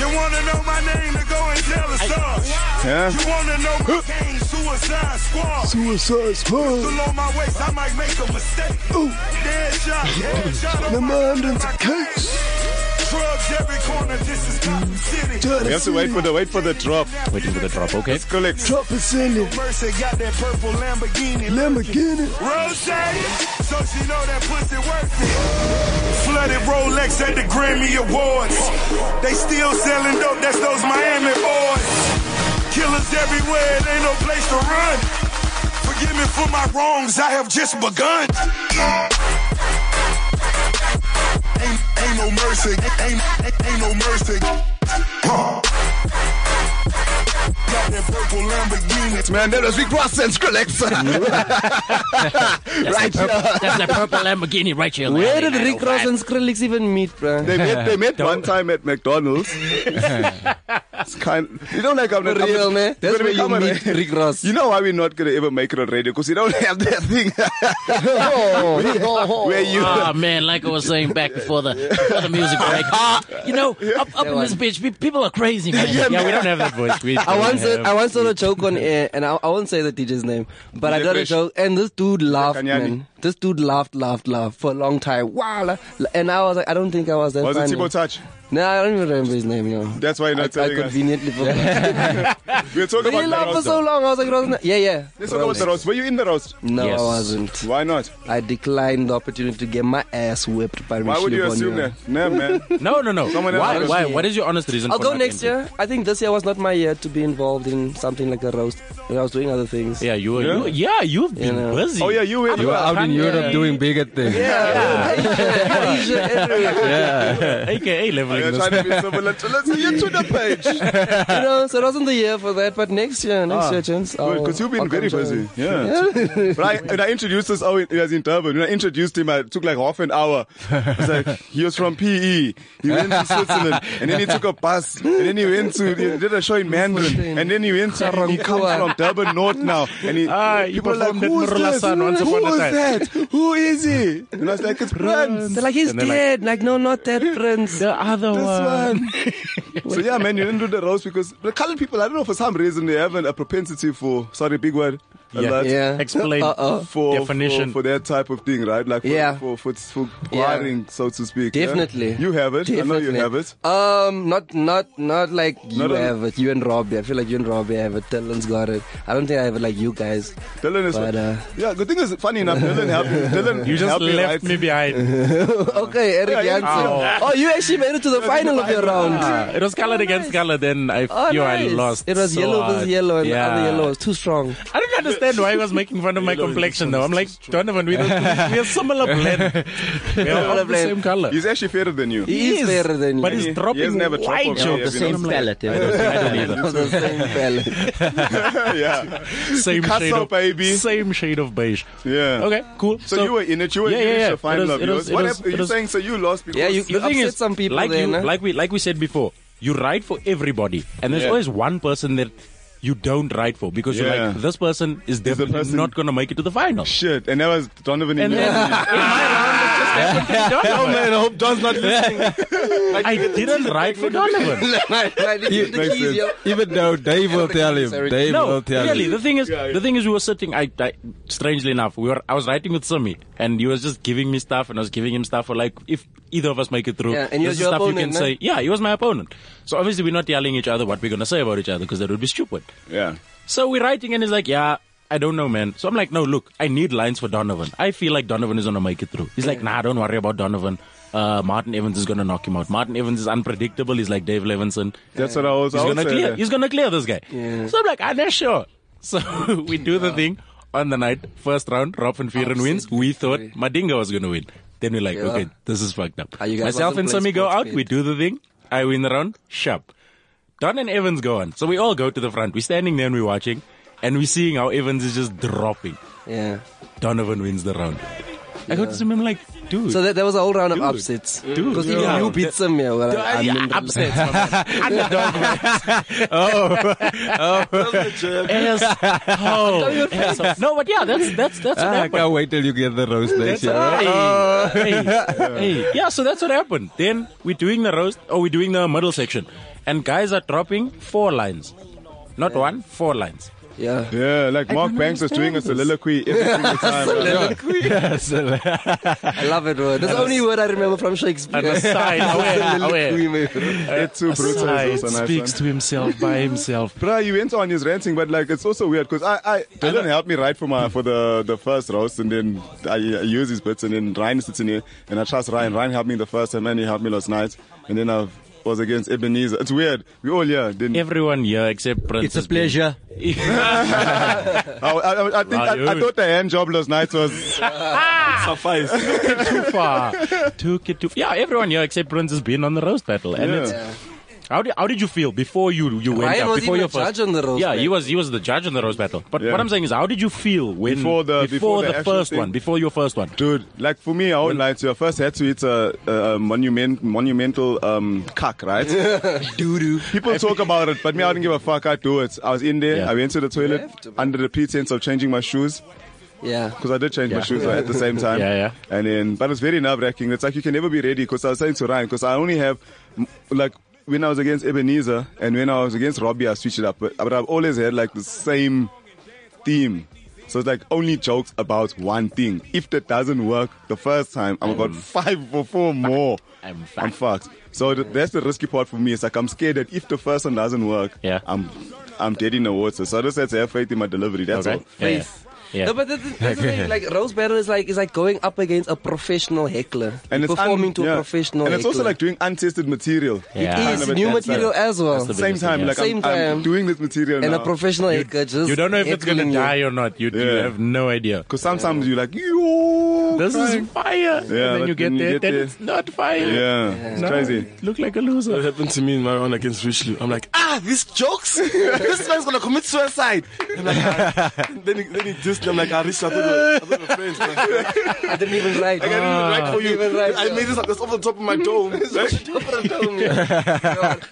Speaker 10: You wanna know my name, then go and tell the stars.
Speaker 3: Yeah.
Speaker 10: You wanna know my game, Suicide Squad.
Speaker 3: Suicide Squad.
Speaker 10: Below my waist, I might make a mistake. Dead shot, dead shot. on
Speaker 3: Them
Speaker 10: my-
Speaker 3: under
Speaker 10: my
Speaker 3: the
Speaker 10: case. Drugs every corner, this is Gotham City.
Speaker 3: We have to wait for the wait for the drop.
Speaker 2: Waiting for the drop, okay?
Speaker 3: Skrillex.
Speaker 10: Mercy got that purple Lamborghini. Rose, so she know that pussy worth it. Flooded Rolex at the Grammy Awards. They still selling dope, that's those Miami boys. Killers everywhere, it ain't no place to run. Forgive me for my wrongs, I have just begun. Ain't, ain't no mercy, ain't, ain't, ain't no mercy. Huh. Got that purple Lamborghini.
Speaker 3: Man, that was Rick Ross and Skrillex. right here.
Speaker 2: That's the purple Lamborghini right here.
Speaker 7: Where did Rick Ross and Skrillex even meet, bruh?
Speaker 3: They met, they met one time at McDonald's. it's kind. You know, like I'm not
Speaker 7: For real,
Speaker 3: I'm,
Speaker 7: man. That's
Speaker 3: when
Speaker 7: where
Speaker 3: we
Speaker 7: you
Speaker 3: come on-
Speaker 7: meet Rick Ross.
Speaker 3: You know why we're not gonna ever make it on radio? Because you don't have that thing.
Speaker 7: Oh,
Speaker 3: where you?
Speaker 2: Ah man, like I was saying back before the before the music break. you know, up, up in this bitch, pe- people are crazy, man. Yeah, we don't have that voice. We
Speaker 7: I
Speaker 2: don't
Speaker 7: once said, I
Speaker 2: have-
Speaker 7: once saw a joke on air, and I, I won't say the DJ's name, but I
Speaker 3: DJ
Speaker 7: got a
Speaker 3: Fresh.
Speaker 7: joke, and this dude laughed,
Speaker 3: Kanyani.
Speaker 7: man. This dude laughed, laughed, laughed for a long time. Wow. la- la- And I was like, I don't think I was that
Speaker 3: Was it
Speaker 7: funny.
Speaker 3: Thibaut Touch?
Speaker 7: No, I don't even remember his name, yo.
Speaker 3: That's why you're not
Speaker 7: I,
Speaker 3: telling
Speaker 7: I
Speaker 3: us.
Speaker 7: conveniently forgot.
Speaker 3: We were talking
Speaker 7: but he
Speaker 3: about
Speaker 7: laughed
Speaker 3: the
Speaker 7: for
Speaker 3: roast.
Speaker 7: so long. I was like, Rosna- yeah, yeah.
Speaker 3: Let's talk about the roast. Were you in the roast?
Speaker 7: No, I wasn't.
Speaker 3: Why not?
Speaker 7: I declined the opportunity to get my ass whipped by
Speaker 3: Why
Speaker 7: Rich
Speaker 3: would you
Speaker 7: Lebon,
Speaker 3: assume
Speaker 7: yo.
Speaker 3: that? No, man.
Speaker 2: No, no, no.
Speaker 3: Someone else
Speaker 2: Why?
Speaker 3: has
Speaker 2: Why?
Speaker 3: to-
Speaker 2: What is your honest reason?
Speaker 7: I'll
Speaker 2: for
Speaker 7: go
Speaker 2: not
Speaker 7: next
Speaker 2: entering?
Speaker 7: year. I think this year was not my year to be involved in something like a roast. I was doing other things.
Speaker 2: Yeah, you were. Yeah, you, yeah you've been
Speaker 7: know.
Speaker 2: busy.
Speaker 3: Oh yeah, you were.
Speaker 5: You were out in Europe doing bigger things.
Speaker 2: AKA leveling
Speaker 3: You're
Speaker 2: this.
Speaker 3: trying to be similar to. Let's get to the page.
Speaker 7: you know, so it wasn't the year for that. But next year, next
Speaker 2: Ah.
Speaker 7: year, chance.
Speaker 3: Because you've been very busy. Yeah. But I, when I introduced this, oh, he was in Durban. When I introduced him, I took like half an hour. I was like, he was from PE. He went to Switzerland. And then he took a bus. And then he went to, he did a show in Mandarin. And then he went to, he comes from Durban North now. And he,
Speaker 2: Ah, you
Speaker 3: people are like,
Speaker 2: performed at
Speaker 3: who's this?
Speaker 2: Murulasan once upon
Speaker 3: Who
Speaker 2: a
Speaker 3: is
Speaker 2: time."
Speaker 3: that? Who is he? And I was like, it's Prince.
Speaker 7: They're like, he's
Speaker 2: they're like-
Speaker 7: dead. Like, no, not that prince.
Speaker 2: The other
Speaker 3: This
Speaker 2: one.
Speaker 3: one. so yeah, man, you didn't do the roast because the colored people, I don't know, for some reason they have an, a propensity for, sorry, big word, a
Speaker 2: Yeah.
Speaker 3: lot.
Speaker 7: Yeah.
Speaker 2: Explain.
Speaker 7: Uh-oh.
Speaker 3: for
Speaker 2: Definition.
Speaker 3: for, for that type of thing, right? Like for
Speaker 7: Yeah.
Speaker 3: for for, for
Speaker 7: Yeah.
Speaker 3: wiring, so to speak. yeah?
Speaker 7: Definitely.
Speaker 3: You have it. I know you
Speaker 7: Definitely.
Speaker 3: have it.
Speaker 7: Um, not not not like you
Speaker 3: Not a-
Speaker 7: have it. You and Robbie. I feel like you and Robbie have it. Dylan's got it. I don't think I have it like you guys.
Speaker 3: Dylan is.
Speaker 7: But, uh,
Speaker 3: yeah. Good thing is, funny enough, Dylan helped. Dylan
Speaker 2: You just
Speaker 3: helped me
Speaker 2: left
Speaker 3: write-
Speaker 2: me behind.
Speaker 7: uh, okay, Eric
Speaker 3: Yeah, you-
Speaker 7: Jansen. Oh, you actually made it to the final of your round.
Speaker 2: Ah, it was colored against color. Then I
Speaker 7: Oh,
Speaker 2: feel
Speaker 7: nice.
Speaker 2: I lost.
Speaker 7: It was
Speaker 2: so
Speaker 7: yellow
Speaker 2: hard.
Speaker 7: versus yellow, and
Speaker 2: yeah.
Speaker 7: the other yellow was too strong.
Speaker 2: I don't understand why he was making fun of my
Speaker 4: Yellow is
Speaker 2: complexion
Speaker 4: this
Speaker 2: though.
Speaker 4: one
Speaker 2: I'm
Speaker 4: is
Speaker 2: like
Speaker 4: too strong.
Speaker 2: Donovan, we don't- we are similar blend. We are all the
Speaker 7: blend.
Speaker 2: same color.
Speaker 3: He's actually fairer than you.
Speaker 7: He is fairer than you.
Speaker 2: but
Speaker 3: He-
Speaker 2: he's
Speaker 3: he
Speaker 2: dropping
Speaker 3: doesn't have a drop
Speaker 2: white
Speaker 3: of hair,
Speaker 2: jokes.
Speaker 9: the
Speaker 3: you know?
Speaker 9: same palette. yeah.
Speaker 7: the same fella.
Speaker 3: yeah.
Speaker 2: Same
Speaker 3: Picasso,
Speaker 2: shade of
Speaker 3: baby.
Speaker 2: Same shade of beige.
Speaker 3: Yeah.
Speaker 2: Okay, cool.
Speaker 3: So, you were in it. You were
Speaker 2: Yeah,
Speaker 3: in
Speaker 2: yeah, yeah.
Speaker 3: the
Speaker 2: It
Speaker 3: final
Speaker 2: was-
Speaker 3: of
Speaker 2: it
Speaker 3: yours.
Speaker 2: was- it
Speaker 3: what
Speaker 2: was-
Speaker 3: happened?
Speaker 2: it
Speaker 3: You're
Speaker 2: was-
Speaker 3: saying so you lost because
Speaker 7: Yeah, you, you
Speaker 2: the thing
Speaker 7: upset
Speaker 2: is,
Speaker 7: some people
Speaker 2: like
Speaker 7: there,
Speaker 2: you,
Speaker 7: nah?
Speaker 2: like we, like we said before, you ride for everybody, and there's
Speaker 3: Yeah.
Speaker 2: always one person that you don't ride for because you're
Speaker 3: Yeah.
Speaker 2: like, this person is
Speaker 3: the
Speaker 2: definitely
Speaker 3: person-
Speaker 2: not gonna make it to the final.
Speaker 3: shit, and that was Donovan.
Speaker 2: And then Oh, in
Speaker 3: Enoch.
Speaker 2: my round, it just happened to be Donovan.
Speaker 3: man, I hope Don's not listening.
Speaker 2: I didn't ride for Donovan.
Speaker 7: Like, the
Speaker 3: Makes
Speaker 7: keys,
Speaker 3: sense.
Speaker 7: yo.
Speaker 5: Even though Dave will tell him.
Speaker 7: Sorry.
Speaker 5: Dave
Speaker 2: No,
Speaker 5: will tell
Speaker 2: really.
Speaker 5: him.
Speaker 2: The thing is, the thing is, we were sitting. I, I strangely enough, we were. I was writing with Simi, and he was just giving me stuff, and I was giving him stuff for like if either of us make it through.
Speaker 7: Yeah, and
Speaker 2: this
Speaker 7: he was
Speaker 2: is
Speaker 7: your
Speaker 2: stuff you
Speaker 7: opponent,
Speaker 2: can
Speaker 7: no?
Speaker 2: say. Yeah, he was my opponent. So obviously, we're not telling each other what we're gonna say about each other because that would be stupid.
Speaker 3: yeah.
Speaker 2: So we're writing, and he's like, "Yeah, I don't know, man." So I'm like, "No, look, I need lines for Donovan. I feel like Donovan is gonna make it through." He's like, "Nah, don't worry about Donovan. Uh, Martin Evans is gonna knock him out. Martin Evans is unpredictable. He's like Dave Levinson.
Speaker 3: That's what I was.
Speaker 2: He's
Speaker 3: I was
Speaker 2: gonna clear.
Speaker 3: saying.
Speaker 2: He's gonna clear this guy.
Speaker 7: Yeah.
Speaker 2: So I'm like, I'm not sure. So we do the thing on the night, first round. Rob and Fearon wins. We thought Madinga was gonna win. Then we're like,
Speaker 7: Yeah.
Speaker 2: okay, this is fucked up.
Speaker 7: Ah, you guys
Speaker 2: Myself and
Speaker 7: wasn't playing
Speaker 2: Sammy go
Speaker 7: sports
Speaker 2: out.
Speaker 7: bet.
Speaker 2: We do the thing. I win the round. Sharp. Don and Evans go on. So we all go to the front. We're standing there and we're watching, and we're seeing how Evans is just dropping.
Speaker 7: Yeah.
Speaker 2: Donovan wins the round. I go to Sammy. I'm like, dude.
Speaker 7: So that, that was a whole round of upsets. Because even
Speaker 2: Yeah.
Speaker 7: you beat some, yeah. Well, I,
Speaker 2: I,
Speaker 7: I mean,
Speaker 2: upsets. my man. Underdog wins. oh, oh, asshole. Asshole. No, but yeah, that's that's that's what
Speaker 5: Ah, I
Speaker 2: happened.
Speaker 5: can't wait till you get the roast next
Speaker 2: That's
Speaker 5: year.
Speaker 2: hey, hey, hey. Yeah, so that's what happened. Then we're doing the roast, or we're doing the middle section, and guys are dropping four lines, not one, four lines.
Speaker 7: yeah.
Speaker 3: Yeah, like Mark Banks was doing a soliloquy every single time.
Speaker 7: I love it, bro. That's the only word I remember from Shakespeare.
Speaker 2: And a sign, aware, aware.
Speaker 3: It's too
Speaker 2: A
Speaker 3: brutal.
Speaker 2: sign
Speaker 3: It's also
Speaker 2: speaks
Speaker 3: nice.
Speaker 2: to himself by himself.
Speaker 3: Bruh, you went on his ranting, but like it's also weird because I, I Dylan helped me write for my for the the first roast, and then I, I use his bits, and then Ryan sits in here, and I trust Ryan. Ryan helped me the first time, and he helped me last night, and then I was against Ebenezer. It's weird. We all yeah. Then
Speaker 2: Everyone here except Prince.
Speaker 9: It's a
Speaker 2: has been-
Speaker 9: pleasure.
Speaker 3: I, I, I, I think I, I thought the hand job last night was
Speaker 4: Suffice.
Speaker 2: too far. Took it too. Yeah, everyone here except Prince has been on the roast battle, and
Speaker 3: Yeah.
Speaker 2: it's. How did, how did you feel before you, you went
Speaker 7: Ryan
Speaker 2: up?
Speaker 7: was
Speaker 2: before
Speaker 7: even
Speaker 2: your
Speaker 7: a
Speaker 2: first,
Speaker 7: judge on the roast
Speaker 2: Yeah, he
Speaker 7: battle.
Speaker 2: was he was the judge on the roast battle. But
Speaker 3: Yeah.
Speaker 2: what I'm saying is, how did you feel when
Speaker 3: Before the- before
Speaker 2: before,
Speaker 3: the
Speaker 2: the
Speaker 3: actual
Speaker 2: first
Speaker 3: thing.
Speaker 2: one, before your first one?
Speaker 3: Dude, like for me, I won't lie to you. I first had to eat a, a, a monument, monumental um, cuck, right? Doo doo. People talk about it, but me, I don't give a fuck. I do it. I was in there.
Speaker 2: Yeah.
Speaker 3: I went to the toilet under the pretense of changing my shoes
Speaker 7: Yeah.
Speaker 3: because I did change my shoes right, at the same time.
Speaker 2: Yeah, yeah.
Speaker 3: And then, but it's very nerve wracking. It's like you can never be ready because I was saying to Ryan because I only have m- like. When I was against Ebenezer and when I was against Robbie, I switched it up. But, but I've always had like the same theme. So it's like only jokes about one thing. If that doesn't work the first time, I'm about five or four more. I'm fucked. So th- that's the risky part for me. It's like I'm scared that if the first one doesn't work, yeah. I'm I'm dead in the water. So I just had to have faith in my delivery. That's
Speaker 2: Okay.
Speaker 3: all.
Speaker 2: Faith. Yeah.
Speaker 7: No, but that's, that's the thing. Like Rose Battle is like is like going up against a professional heckler and
Speaker 3: it's un-
Speaker 7: performing to
Speaker 3: yeah.
Speaker 7: a professional.
Speaker 3: And it's also
Speaker 7: heckler.
Speaker 3: like doing untested material.
Speaker 7: Yeah. It is new material as well. That's the
Speaker 3: Same
Speaker 7: biggest thing,
Speaker 3: time,
Speaker 7: yeah.
Speaker 3: like I'm-
Speaker 7: Same
Speaker 3: I'm,
Speaker 7: time.
Speaker 3: doing this material
Speaker 7: And
Speaker 3: now.
Speaker 7: a professional You- haircut just
Speaker 2: You don't know if it's gonna die or not. You, you
Speaker 3: Yeah.
Speaker 2: have no idea.
Speaker 3: Because sometimes you're like, yo,
Speaker 2: This
Speaker 3: crying.
Speaker 2: is fire. and
Speaker 3: Yeah,
Speaker 2: then
Speaker 3: but
Speaker 2: you get
Speaker 3: then you
Speaker 2: there, then
Speaker 3: get there.
Speaker 2: it's not fire.
Speaker 3: Yeah, it's
Speaker 2: No,
Speaker 3: crazy.
Speaker 2: Look like a loser.
Speaker 4: That happened to me in my run against Richelieu. I'm like, ah, these jokes. this man's gonna commit suicide. I'm like, ah. then he, then he dissed. me. I'm like, ah, Richelieu, I thought we were- I thought we were friends. man.
Speaker 7: I didn't even Oh, write.
Speaker 4: Like, I didn't even write for you.
Speaker 7: Even write,
Speaker 4: I
Speaker 7: yeah.
Speaker 4: made this up. That's off the top of my dome.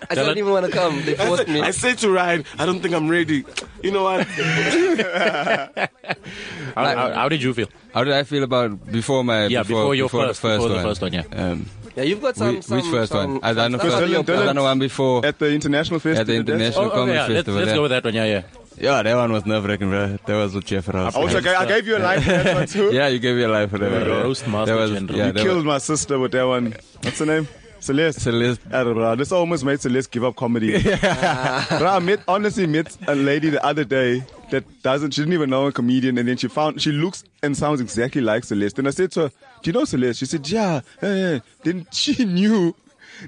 Speaker 7: I don't even want to come. They
Speaker 4: I
Speaker 7: forced
Speaker 4: said,
Speaker 7: me.
Speaker 4: I said to Ryan, I don't think I'm ready. You know what?
Speaker 2: How, how, how did you feel?
Speaker 5: How did I feel about before my
Speaker 2: Yeah, before
Speaker 5: before,
Speaker 2: your
Speaker 5: before
Speaker 2: first-
Speaker 5: the first
Speaker 2: before the
Speaker 5: one?
Speaker 2: first one, yeah.
Speaker 5: Um,
Speaker 7: Yeah, you've got some.
Speaker 5: whi-
Speaker 7: some
Speaker 5: which first
Speaker 7: some,
Speaker 5: one? I done the
Speaker 7: some
Speaker 5: first
Speaker 7: stuff
Speaker 5: one.
Speaker 7: you've
Speaker 5: I
Speaker 7: done.
Speaker 5: done the one before
Speaker 3: At the international festival.
Speaker 5: at the
Speaker 3: that's-
Speaker 5: international
Speaker 2: Oh, okay,
Speaker 5: comedy
Speaker 2: yeah, let's-
Speaker 5: festival.
Speaker 2: let's
Speaker 5: yeah.
Speaker 2: go with that one, yeah, yeah.
Speaker 5: Yeah, that one was nerve wracking, bro. That was with Jeff Ross.
Speaker 3: I was like, I, I gave you a line for that one too.
Speaker 5: yeah, you gave your life for that.
Speaker 2: Yeah,
Speaker 5: one, yeah.
Speaker 2: roast master
Speaker 5: that was,
Speaker 2: general.
Speaker 5: Yeah,
Speaker 3: You
Speaker 5: that
Speaker 3: killed my sister with that one. What's her name? Celeste.
Speaker 5: Celeste.
Speaker 3: I don't know. This almost made Celeste give up comedy. Bro, I met, honestly met a lady the other day that doesn't, she didn't even know a comedian, and then she found, she looks and sounds exactly like Celeste. And I said to her, Do you know Celeste? She said, Yeah. yeah, yeah." Then she knew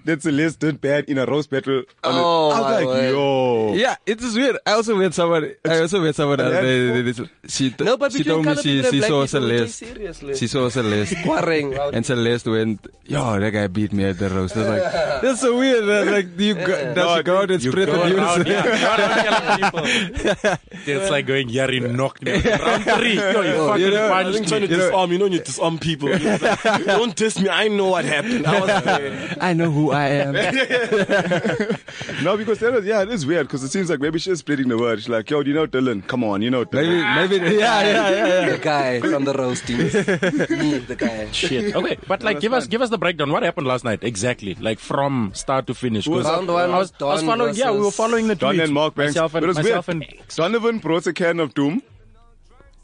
Speaker 3: that Celeste did bad in a roast battle. On
Speaker 7: Oh,
Speaker 3: a, I
Speaker 7: my
Speaker 3: was like,
Speaker 7: word.
Speaker 3: Yo.
Speaker 5: Yeah, it is weird. I also met someone. I also met someone.
Speaker 3: Yeah.
Speaker 5: else. They- they- they- She t-
Speaker 7: No, but
Speaker 5: she
Speaker 7: between
Speaker 5: told me
Speaker 7: colour
Speaker 5: she
Speaker 7: people
Speaker 5: she
Speaker 7: and
Speaker 5: saw
Speaker 7: black people, we take
Speaker 5: Celeste.
Speaker 7: seriously.
Speaker 5: She saw Celeste.
Speaker 7: Quarreng.
Speaker 5: And Celeste went, yo, that guy beat me at the roast. I was like, that's so weird. I was like, you go, does she go out and spread the
Speaker 2: Go around,
Speaker 5: news?
Speaker 2: yeah, go around telling people. It's like going, Yari knocked me. out. Round three. Yo,
Speaker 7: Oh,
Speaker 2: you fucking
Speaker 5: You know,
Speaker 4: I think
Speaker 2: punched
Speaker 4: trying to
Speaker 2: me.
Speaker 4: disarm. You know, when you disarm people. It's like, don't diss me. I know what happened. I was there.
Speaker 5: I know who I am.
Speaker 3: No, because that was, yeah, it is weird because it seems like maybe she's spreading the word. She's like, Yo, do you know Dylan? Come on, you know Dylan.
Speaker 5: maybe, maybe, yeah, yeah, yeah.
Speaker 7: The guy from the roasting. me, the guy.
Speaker 2: Shit. Okay, but like, give us give us the breakdown. What happened last night exactly? Like from start to finish. 'Cause
Speaker 7: Round
Speaker 2: I-
Speaker 7: one
Speaker 2: I was, I was
Speaker 7: Don
Speaker 2: following. Yeah, we were
Speaker 7: versus-
Speaker 2: following the
Speaker 3: Don
Speaker 2: tweets.
Speaker 3: and Mark Banks.
Speaker 2: Myself and
Speaker 3: it was
Speaker 2: myself
Speaker 3: weird.
Speaker 2: and
Speaker 3: Donovan brought a can of doom,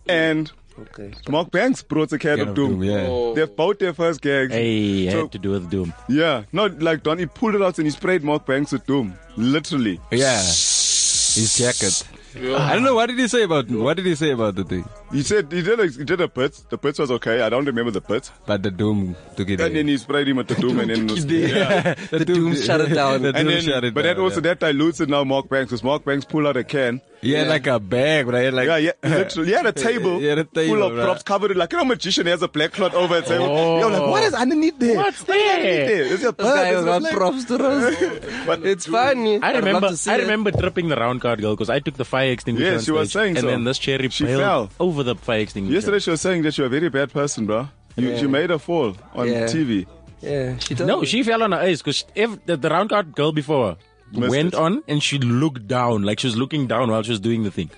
Speaker 3: and
Speaker 7: Okay.
Speaker 3: Mark Banks brought a can, of, doom.
Speaker 5: yeah.
Speaker 3: They've both their first gags.
Speaker 2: Hey, I
Speaker 3: So-
Speaker 2: had to do with Doom.
Speaker 3: Yeah, not like Don. He pulled it out and he sprayed Mark Banks with doom, literally.
Speaker 5: Yeah. His jacket. I don't know. What did he say about, what did he say about the thing?
Speaker 3: He said he did a, he did a bit. The bit was okay. I don't remember the bit.
Speaker 5: But the doom together.
Speaker 3: And then he sprayed him with the doom, and then.
Speaker 5: yeah. the, doom,
Speaker 7: shut it down.
Speaker 5: The
Speaker 3: And
Speaker 5: doom
Speaker 3: then,
Speaker 5: shut it
Speaker 3: but
Speaker 5: down.
Speaker 3: that also
Speaker 5: yeah.
Speaker 3: that diluted now Mark Banks because Mark Banks pulled out a can.
Speaker 5: He had like a bag, right? Like,
Speaker 3: Yeah, yeah, literally. Yeah, the table,
Speaker 5: Yeah, the
Speaker 3: full
Speaker 5: table,
Speaker 3: of
Speaker 5: right.
Speaker 3: props covered in like you know, a magician has a black cloth over his table.
Speaker 2: Oh.
Speaker 3: You're like, what is underneath there?
Speaker 2: What's there?
Speaker 3: Yeah, It's a
Speaker 7: This guy
Speaker 3: bird. It's
Speaker 7: got
Speaker 3: a
Speaker 7: props to roast.
Speaker 3: But-
Speaker 7: it's funny.
Speaker 2: I
Speaker 7: I'd love
Speaker 2: remember,
Speaker 7: to see
Speaker 2: I
Speaker 7: it.
Speaker 2: remember tripping the round card girl because I took the fire extinguisher.
Speaker 3: Yeah,
Speaker 2: on
Speaker 3: she was
Speaker 2: stage,
Speaker 3: saying
Speaker 2: And
Speaker 3: so.
Speaker 2: then this cherry
Speaker 3: She
Speaker 2: bailed
Speaker 3: fell.
Speaker 2: over the fire extinguisher.
Speaker 3: Yesterday she was saying that you're a very bad person, bro. You, you made her fall on
Speaker 7: Yeah.
Speaker 3: TV.
Speaker 7: Yeah, she told
Speaker 2: No,
Speaker 7: me.
Speaker 2: she fell on her ass because the, the round card girl before her
Speaker 3: Missed
Speaker 2: went
Speaker 3: it.
Speaker 2: on and she looked down, like she was looking down while she was doing the thing.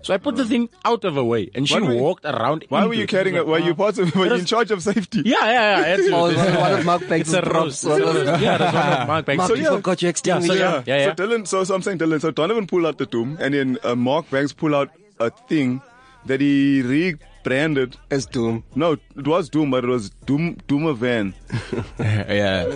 Speaker 2: So I put the thing out of her way and she
Speaker 3: Why were you-
Speaker 2: walked around.
Speaker 3: Why were
Speaker 2: into
Speaker 3: you
Speaker 2: it.
Speaker 3: carrying it? Were you part of? Were you in
Speaker 2: was-
Speaker 3: charge of safety?
Speaker 2: Yeah, yeah, yeah. I had to.
Speaker 7: Oh, it was one of Mark Banks'
Speaker 2: It's a roast.
Speaker 7: props. One of-
Speaker 2: yeah, that's one of Mark Banks.
Speaker 7: Mark,
Speaker 2: So,
Speaker 7: you
Speaker 2: yeah.
Speaker 7: forgot your
Speaker 2: Yeah, so
Speaker 7: extinguisher.
Speaker 2: yeah, yeah, yeah.
Speaker 3: So Dylan, so, so I'm saying Dylan. So Donovan pulled out the doom, and then uh, Mark Banks pulled out a thing that he rebranded.
Speaker 7: It's Doom.
Speaker 3: No, it was Doom, but it was Doom Doomavan.
Speaker 5: yeah.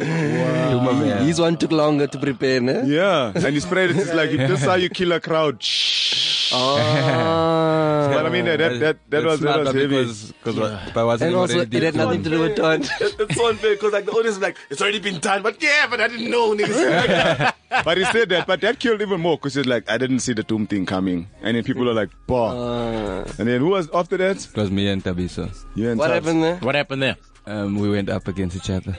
Speaker 7: His one took longer to prepare, ne?
Speaker 3: Yeah, and he spread it. It's like this is how you kill a crowd. Shh.
Speaker 7: Ah.
Speaker 3: But I mean that that that, that
Speaker 5: That's
Speaker 3: was that
Speaker 5: not
Speaker 3: was
Speaker 5: that
Speaker 3: heavy.
Speaker 5: Because, cause what- but wasn't
Speaker 7: And
Speaker 5: it
Speaker 7: also,
Speaker 5: already
Speaker 7: it had
Speaker 5: deep
Speaker 7: nothing to
Speaker 5: down?
Speaker 7: do with Don.
Speaker 4: It's so unfair because like the audience is like, it's already been done. But yeah, but I didn't know. Niggas.
Speaker 3: but he said that, but that killed even more because it's like I didn't see the doom thing coming, and then people are like, "Bah." and then who was after that?
Speaker 5: It was me and Tabisa.
Speaker 3: You and
Speaker 7: Uh. What
Speaker 3: Tabs.
Speaker 7: happened there?
Speaker 2: What happened there?
Speaker 5: Um, we went up against each other.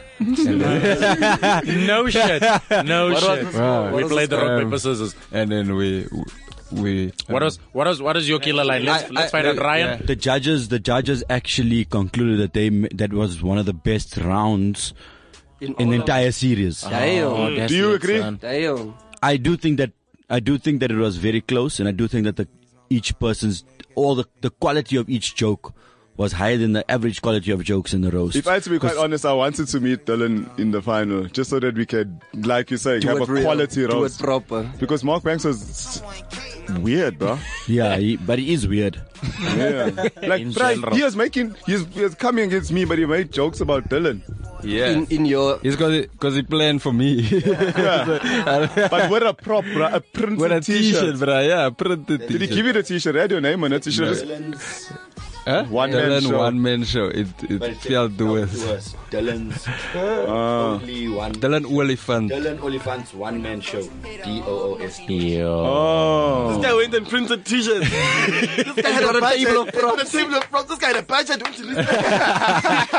Speaker 2: No shit. No shit.
Speaker 5: Wow.
Speaker 2: We
Speaker 7: was
Speaker 2: played the rock,
Speaker 5: um,
Speaker 2: paper, scissors.
Speaker 5: And then we. we
Speaker 2: What was what was what is your killer line? Let's,
Speaker 9: I-
Speaker 2: let's
Speaker 9: I-
Speaker 2: find out. Ryan,
Speaker 5: yeah.
Speaker 9: The judges, the judges actually concluded that they m- that was one of the best rounds in, the entire series.
Speaker 10: Uh-huh.
Speaker 7: Damn.
Speaker 2: that's
Speaker 3: Do you
Speaker 2: it,
Speaker 3: agree?
Speaker 2: son.
Speaker 7: Damn.
Speaker 9: I do think that I do think that it was very close, and I do think that the each person's all the the quality of each joke was higher than the average quality of jokes in the roast.
Speaker 3: If I had to be quite honest, I wanted to meet Dylan in the final just so that we could, like you say,
Speaker 7: Do
Speaker 3: have
Speaker 7: it
Speaker 3: a
Speaker 7: real.
Speaker 3: quality
Speaker 7: Do it
Speaker 3: roast.
Speaker 7: proper.
Speaker 3: Because Mark Banks was weird, bro.
Speaker 9: Yeah, he, but he is weird.
Speaker 3: Yeah. Like,
Speaker 9: In
Speaker 3: bruh,
Speaker 9: general.
Speaker 3: he was making, he's, he's coming against me, but he made jokes about Dylan.
Speaker 5: Yeah.
Speaker 7: in, in your
Speaker 5: He's cause, cause he planned for me.
Speaker 3: But with a prop, bruh, a printed
Speaker 5: With a
Speaker 3: t-shirt.
Speaker 5: t-shirt, bruh. Yeah, printed t-shirt.
Speaker 3: Did he give you the t-shirt? Had your name on it. T-shirt. Just-
Speaker 5: huh?
Speaker 3: One man
Speaker 5: Dylan
Speaker 3: show.
Speaker 5: one man show. It it felt the worst.
Speaker 11: Dylan's only one.
Speaker 5: Dylan Oliphant.
Speaker 11: Dylan Oliphant's one man show. D O O S T.
Speaker 3: Oh.
Speaker 4: This guy went and printed t-shirts. this guy
Speaker 7: had a table of
Speaker 4: Had a table of props. This guy had a budget. Went to this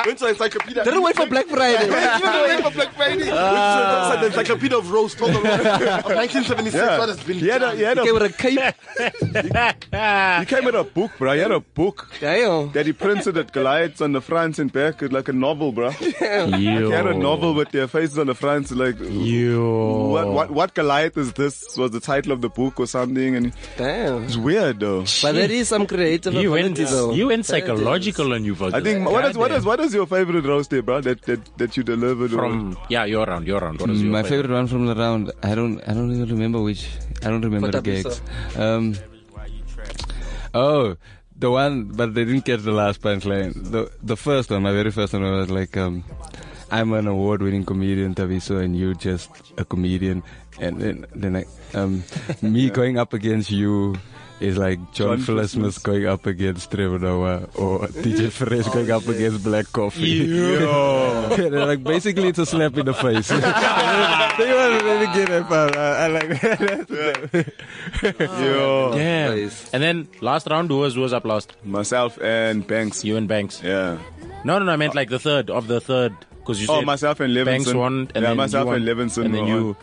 Speaker 4: Went to encyclopedia.
Speaker 7: Didn't wait for Black Friday.
Speaker 4: You know, went for Black Friday. Went to the encyclopedia of roast. Told them, of 1976. What
Speaker 3: Yeah.
Speaker 4: has been
Speaker 3: He had a,
Speaker 4: done.
Speaker 3: he had a,
Speaker 7: Came with a cape.
Speaker 3: he came with a book, bruh. He had a book
Speaker 7: Damn.
Speaker 3: that he printed at Goliath's on the front and back, like a novel, bruh.
Speaker 9: Yo.
Speaker 3: He had a novel with their faces on the front, like,
Speaker 2: You.
Speaker 3: what, what, what Goliath is this? Was the title of the book or something? And
Speaker 7: Damn.
Speaker 3: it's weird, though.
Speaker 7: But there is some creative
Speaker 2: You went,
Speaker 7: ability though.
Speaker 2: you went psychological on you, Vogel.
Speaker 3: I think what is what is what is your favorite roast day, bro? That that that you delivered or-
Speaker 2: From, yeah, your round, your round. What is
Speaker 5: Mm,
Speaker 2: your
Speaker 5: My
Speaker 2: favorite?
Speaker 5: favorite one from the round. I don't. I don't even remember which. I don't remember the
Speaker 7: But that
Speaker 5: gigs.
Speaker 7: was
Speaker 5: Um, oh, the one, but they didn't catch the last punchline. The the first one, my very first one was like, um, I'm an award-winning comedian, Taviso, and you just a comedian. And then then I, um, me going up against you. Is like
Speaker 3: John
Speaker 5: John, Phillips going up against Trevor Noah or DJ Fresh going up against Black Coffee. They're like basically it's a slap in the face. they want really get it, but uh, I like that.
Speaker 3: Yo,
Speaker 2: Damn. And then last round, who was, who was up last?
Speaker 3: myself and Banks.
Speaker 2: You and Banks.
Speaker 3: Yeah.
Speaker 2: No, no, no, I meant like the third of the third. Because you
Speaker 3: Oh,
Speaker 2: said
Speaker 3: myself and Levinson.
Speaker 2: Banks won, and
Speaker 3: Yeah,
Speaker 2: then
Speaker 3: myself
Speaker 2: you won,
Speaker 3: and Levinson
Speaker 2: and then
Speaker 3: won.
Speaker 2: you.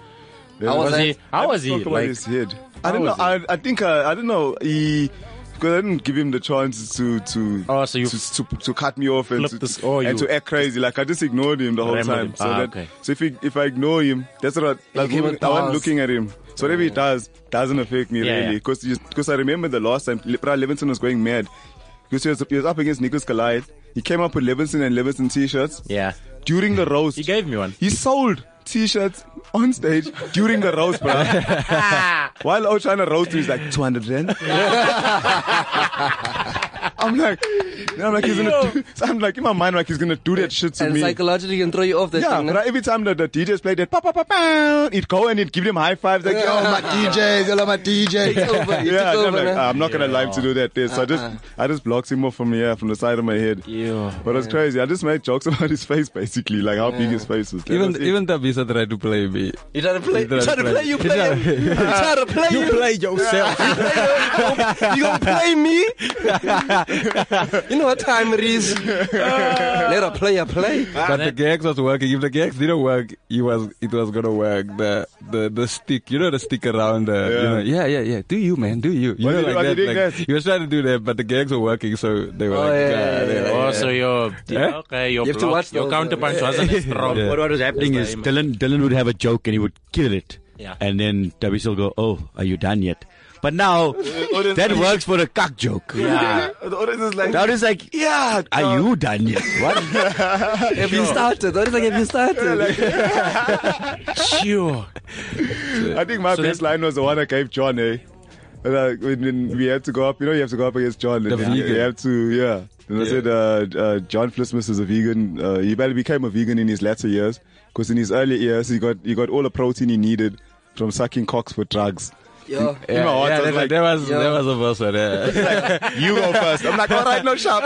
Speaker 3: I
Speaker 2: How was
Speaker 7: was
Speaker 2: he? How was he?
Speaker 3: Talk about
Speaker 2: Like,
Speaker 3: his head. I don't know. I, I think uh, I, I don't know. He because I didn't give him the chance to to
Speaker 2: Oh, so you
Speaker 3: to, to, to cut me off and
Speaker 2: flipped
Speaker 3: to,
Speaker 2: this- oh,
Speaker 3: and
Speaker 2: you-
Speaker 3: to act crazy. Like I just ignored him the whole
Speaker 2: Rambled
Speaker 3: time.
Speaker 2: him.
Speaker 3: So
Speaker 2: Ah,
Speaker 3: that
Speaker 2: okay.
Speaker 3: so if he, if I ignore him, that's what I like.
Speaker 7: came
Speaker 3: I wasn't
Speaker 7: with bars.
Speaker 3: looking at him. So whatever he does doesn't affect me
Speaker 2: Yeah,
Speaker 3: really
Speaker 2: yeah.
Speaker 3: because because I remember the last time Lepra Levinson was going mad because he was, he was up against Nicholas Goliath. He came up with Levinson and Levinson t-shirts
Speaker 2: yeah.
Speaker 3: during the roast.
Speaker 2: He gave me one.
Speaker 3: He sold t-shirts on stage during the roast, bro. While I was trying to roast him, he's like, 200 rand? I'm like, I'm like, he's gonna do, so I'm like, in my mind, like, he's gonna do that shit to
Speaker 7: And
Speaker 3: me.
Speaker 7: psychologically can throw you off that
Speaker 3: Yeah,
Speaker 7: thing.
Speaker 3: but
Speaker 7: no?
Speaker 3: every time that the DJs played that, pa pa pa pa, he'd go and he'd give them high fives, like, yo, my DJs, yo, my DJs.
Speaker 7: It's over. You
Speaker 3: Yeah, and I'm
Speaker 7: took over,
Speaker 3: like,
Speaker 7: no?
Speaker 3: "Ah, I'm not gonna allow him to do that. There. So I just, I just blocked him off from here, from the side of my head.
Speaker 2: Yeah.
Speaker 3: But it's crazy. I just made jokes about his face, basically, like how big his face was. That
Speaker 5: even
Speaker 3: was it.
Speaker 5: even Tabisa tried to play me.
Speaker 7: You try to play,
Speaker 5: He tried
Speaker 7: you try to play, you play, him. you try to play,
Speaker 5: You
Speaker 7: you,
Speaker 5: play yourself.
Speaker 7: you gonna play me? you know what time it is? Let a player play.
Speaker 5: but the gags was working. If the gags didn't work, it was it was gonna work. The the the stick, you know, the stick around the yeah. You know, yeah yeah yeah. Do you man? Do you? You
Speaker 3: What
Speaker 5: know,
Speaker 3: did- what
Speaker 5: like
Speaker 3: did
Speaker 5: that.
Speaker 3: he
Speaker 5: Like,
Speaker 3: guess?
Speaker 5: he was trying to do that, but the gags were working, so they were like,
Speaker 7: Oh, yeah,
Speaker 5: "God,"
Speaker 7: yeah,
Speaker 5: they were like,
Speaker 2: Oh, so your
Speaker 5: Eh?
Speaker 2: okay, your
Speaker 7: You have to
Speaker 2: block,
Speaker 7: watch
Speaker 2: your
Speaker 7: those,
Speaker 2: counterpunch
Speaker 7: uh,
Speaker 2: wasn't as strong.
Speaker 5: Yeah.
Speaker 9: What, what was happening is Dylan Dylan would have a joke and he would kill it.
Speaker 2: Yeah.
Speaker 9: And then Tabiso will go, Oh, are you done yet? But now that works for a cock joke.
Speaker 2: Yeah.
Speaker 4: The audience is like,
Speaker 9: Now it's like, Yeah, are you done yet? What?
Speaker 7: Have you started? What is like, have you started?
Speaker 2: Sure.
Speaker 3: I think my
Speaker 2: So
Speaker 3: best
Speaker 2: then-
Speaker 3: line was the one I gave John, eh? And, uh, when, when we had to go up, you know, you have to go up against John. And
Speaker 5: The
Speaker 3: then you-
Speaker 5: vegan.
Speaker 3: You have to, yeah. And I said, uh, uh, John Flismus is a vegan. Uh, he barely became a vegan in his latter years because in his early years, he got he got all the protein he needed from sucking cocks for drugs.
Speaker 7: Yo,
Speaker 3: in my
Speaker 5: yeah,
Speaker 3: heart, I was
Speaker 5: yeah, that,
Speaker 3: like,
Speaker 5: that was
Speaker 7: yo.
Speaker 5: that was a verse one. Yeah.
Speaker 3: you go first. I'm like, all right, no sharp.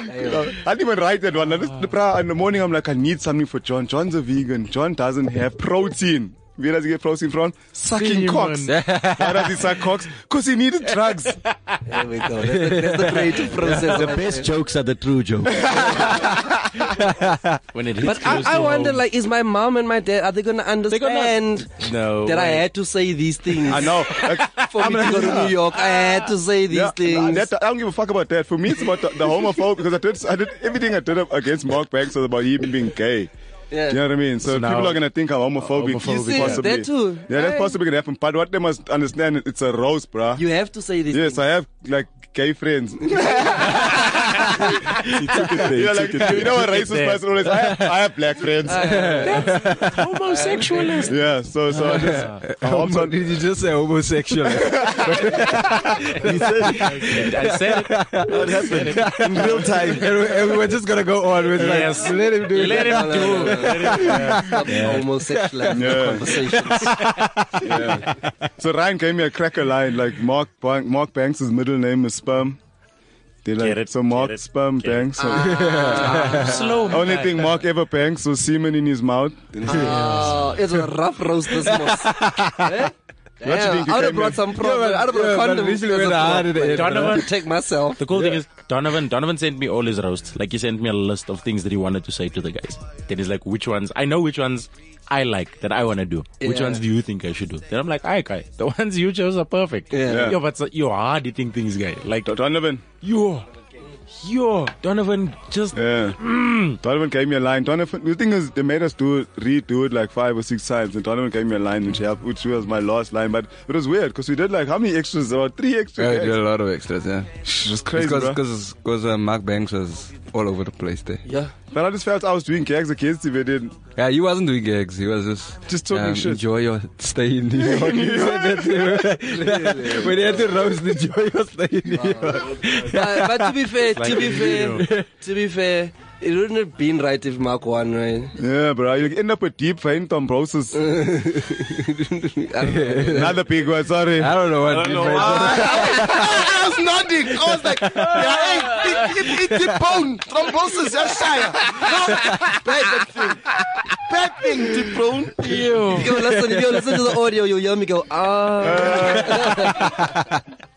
Speaker 3: I didn't even write that one. I just- bruh, in the morning, I'm like, I need something for John. John's a vegan. John doesn't have protein. Where does he get protein from? Sucking cocks. Why does he suck cocks? Because he needed drugs.
Speaker 7: there we go. That's the, that's the creative process.
Speaker 9: the best jokes are the true jokes.
Speaker 2: When it hits
Speaker 7: But I, I wonder, like, is my mom and my dad, are they gonna understand
Speaker 2: no.
Speaker 7: that I
Speaker 2: way.
Speaker 7: had to say these things?
Speaker 3: I know. Like,
Speaker 7: For me to go to New York, I had to say these
Speaker 3: yeah,
Speaker 7: things.
Speaker 3: that- I don't give a fuck about that. For me, it's about the, the homophobe because I did, I did everything I did against Mark Banks was about him being gay.
Speaker 7: Yeah.
Speaker 3: Do you know what I mean? So,
Speaker 2: now-
Speaker 3: people are gonna think I'm homophobic.
Speaker 7: You see,
Speaker 3: possibly.
Speaker 7: that too.
Speaker 3: Yeah, that's
Speaker 7: Hey.
Speaker 3: possibly gonna happen. But what they must understand, is it's a roast, bruh.
Speaker 7: You have to say these
Speaker 3: Yes,
Speaker 7: things.
Speaker 3: I have like gay friends. he took it there. You're like, you know what racist person always? I have, I have black friends.
Speaker 2: That's homosexualist.
Speaker 3: yeah. So so I just, I hopped on.
Speaker 5: Did you just say homosexual?
Speaker 2: I said it.
Speaker 9: What happened? In real time.
Speaker 5: and, we, and we were just gonna go on with like,
Speaker 2: Yes.
Speaker 5: let him do it.
Speaker 2: Let him do.
Speaker 7: Homosexual conversations.
Speaker 3: So Ryan gave me a cracker line like Mark Bank, Mark Banks' middle name is Sperm. They like,
Speaker 2: Get it,
Speaker 3: so Mark
Speaker 2: get it,
Speaker 3: Sperm
Speaker 2: get it. Ah.
Speaker 3: Banks. So
Speaker 2: Slow.
Speaker 3: only thing Mark ever banks was semen in his mouth.
Speaker 11: Uh,
Speaker 7: Oh, it's a rough roast this morning. Eh?
Speaker 3: think
Speaker 7: Damn,
Speaker 3: you
Speaker 7: I'd have
Speaker 3: came
Speaker 7: brought
Speaker 3: in-
Speaker 7: some problem. I'd have brought
Speaker 5: yeah, but
Speaker 7: condoms
Speaker 5: literally
Speaker 7: as a
Speaker 5: went hard at the
Speaker 7: problem.
Speaker 5: end,
Speaker 2: Donovan.
Speaker 7: Take myself.
Speaker 2: The cool thing is Donovan. Donovan sent me all his roasts. Like he sent me a list of things that he wanted to say to the guys. Then he's like, "Which ones? I know which ones I like that I want to do. Which
Speaker 7: Yeah.
Speaker 2: ones do you think I should do?" Then I'm like, "I guy, the ones you chose are perfect.
Speaker 7: Yeah. Yeah.
Speaker 2: Yo, but so- you're hard hitting things, guy. Like
Speaker 3: Donovan.
Speaker 2: yo, yo, Donovan, just
Speaker 3: Yeah. äh, Donovan gave me a line. Donovan, the thing is, they made us do it, redo it like five or six times, and Donovan gave me a line which helped, which was my last line. But it was weird because we did like how many extras? There were three
Speaker 5: Yeah,
Speaker 3: extras.
Speaker 5: we did a lot of extras, yeah.
Speaker 3: It was crazy, bro.
Speaker 5: Because uh, Mark Banks was all over the place there.
Speaker 7: Yeah.
Speaker 3: But I just felt I was doing gags against him. I didn't.
Speaker 5: Yeah, he wasn't doing gigs. He was just um,
Speaker 3: Just talking shit.
Speaker 5: Enjoy your stay in New York. He said that to him. when he had to roast, enjoy your stay in New York.
Speaker 7: but, but to be fair, to be fair, to be fair, it wouldn't have been right if Mark won, right?
Speaker 3: Yeah, bro. You end up with deep phantombrosis.
Speaker 7: I don't know.
Speaker 3: Another big one. Sorry.
Speaker 5: I don't know what.
Speaker 4: don't know
Speaker 5: difference-
Speaker 11: I was nodding. I was like, yeah, hey, it, it, it, it bone. Thrombosis, yeah, shire. No, bad thing. Bad thing, deep bone.
Speaker 7: If you listen, if you listen to the audio, you'll hear me go, ah.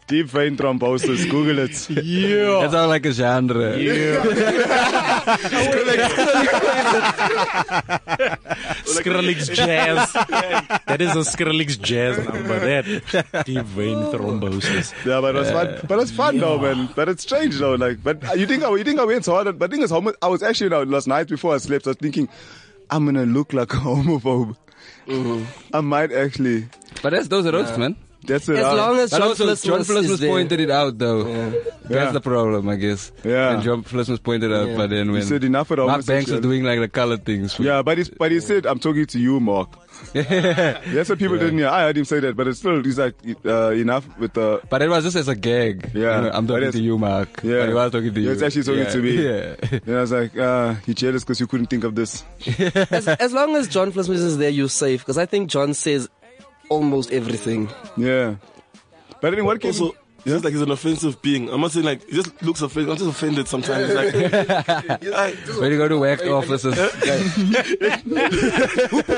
Speaker 3: Deep vein thrombosis. Google it.
Speaker 5: That's all like a genre.
Speaker 2: Skrillex jazz. that is a Skrillex jazz number. That deep vein thrombosis.
Speaker 3: Yeah, but it was fun. But it's fun though, man. But it's strange though. Like, but you think I, you think I went so hard? But thing is, homo- I was actually you know, last night before I slept. I was thinking, I'm gonna look like a homophobe. I might actually.
Speaker 5: But that's those are roasts, man.
Speaker 3: That's it.
Speaker 7: As
Speaker 3: I-
Speaker 7: long as
Speaker 5: But
Speaker 7: John
Speaker 5: also, John
Speaker 7: Flissmas is
Speaker 5: Flissmas
Speaker 7: there.
Speaker 5: pointed it out, though. That's
Speaker 3: Yeah.
Speaker 5: the problem, I guess.
Speaker 3: Yeah.
Speaker 5: And John Flissmas pointed out,
Speaker 7: Yeah.
Speaker 5: but then when
Speaker 3: said enough of the
Speaker 5: Mark Banks
Speaker 3: homosexual-
Speaker 5: was doing like the color things.
Speaker 3: yeah, but he but he said, I'm talking to you, Mark. That's what people didn't hear. I heard him say that, but it's still he's like uh, enough with the
Speaker 5: But it was just as a gag.
Speaker 3: Yeah.
Speaker 5: You know, I'm
Speaker 3: But
Speaker 5: talking
Speaker 3: it's-
Speaker 5: to you, Mark.
Speaker 3: Yeah.
Speaker 5: But he was talking to
Speaker 3: He
Speaker 5: you.
Speaker 3: was actually talking
Speaker 5: Yeah.
Speaker 3: to me.
Speaker 5: Yeah.
Speaker 3: And I was like, uh, you jealous because you couldn't think of this.
Speaker 7: as, as long as John Flissmas is there, you're safe. Because I think John says almost everything.
Speaker 3: Yeah. But in what case?
Speaker 4: Also, it's just like he's an offensive being. I'm not saying like he just looks offensive. I'm just offended sometimes. It's like, I,
Speaker 5: When you go to WAC offices,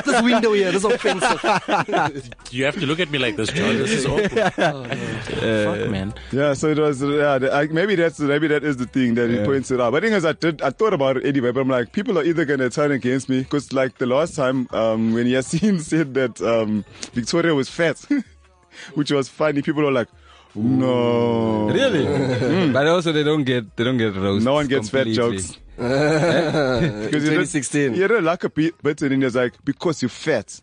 Speaker 7: This window here, this offensive.
Speaker 2: You have to look at me like this, John. This is awkward. Oh, Fuck, man.
Speaker 3: Yeah, so it was. Yeah, the- I, maybe that's maybe that is the thing that he points it out. But the thing is, I did. I thought about it anyway. But I'm like, people are either gonna turn against me because, like, the last time um, when Yasin said that um, Victoria was fat, which was funny, people were like, no,
Speaker 5: really. But also, they don't get they don't get roast.
Speaker 3: no one gets fat jokes. Because
Speaker 7: 2016.
Speaker 3: you don't like a bit, but then it's like because you're fat.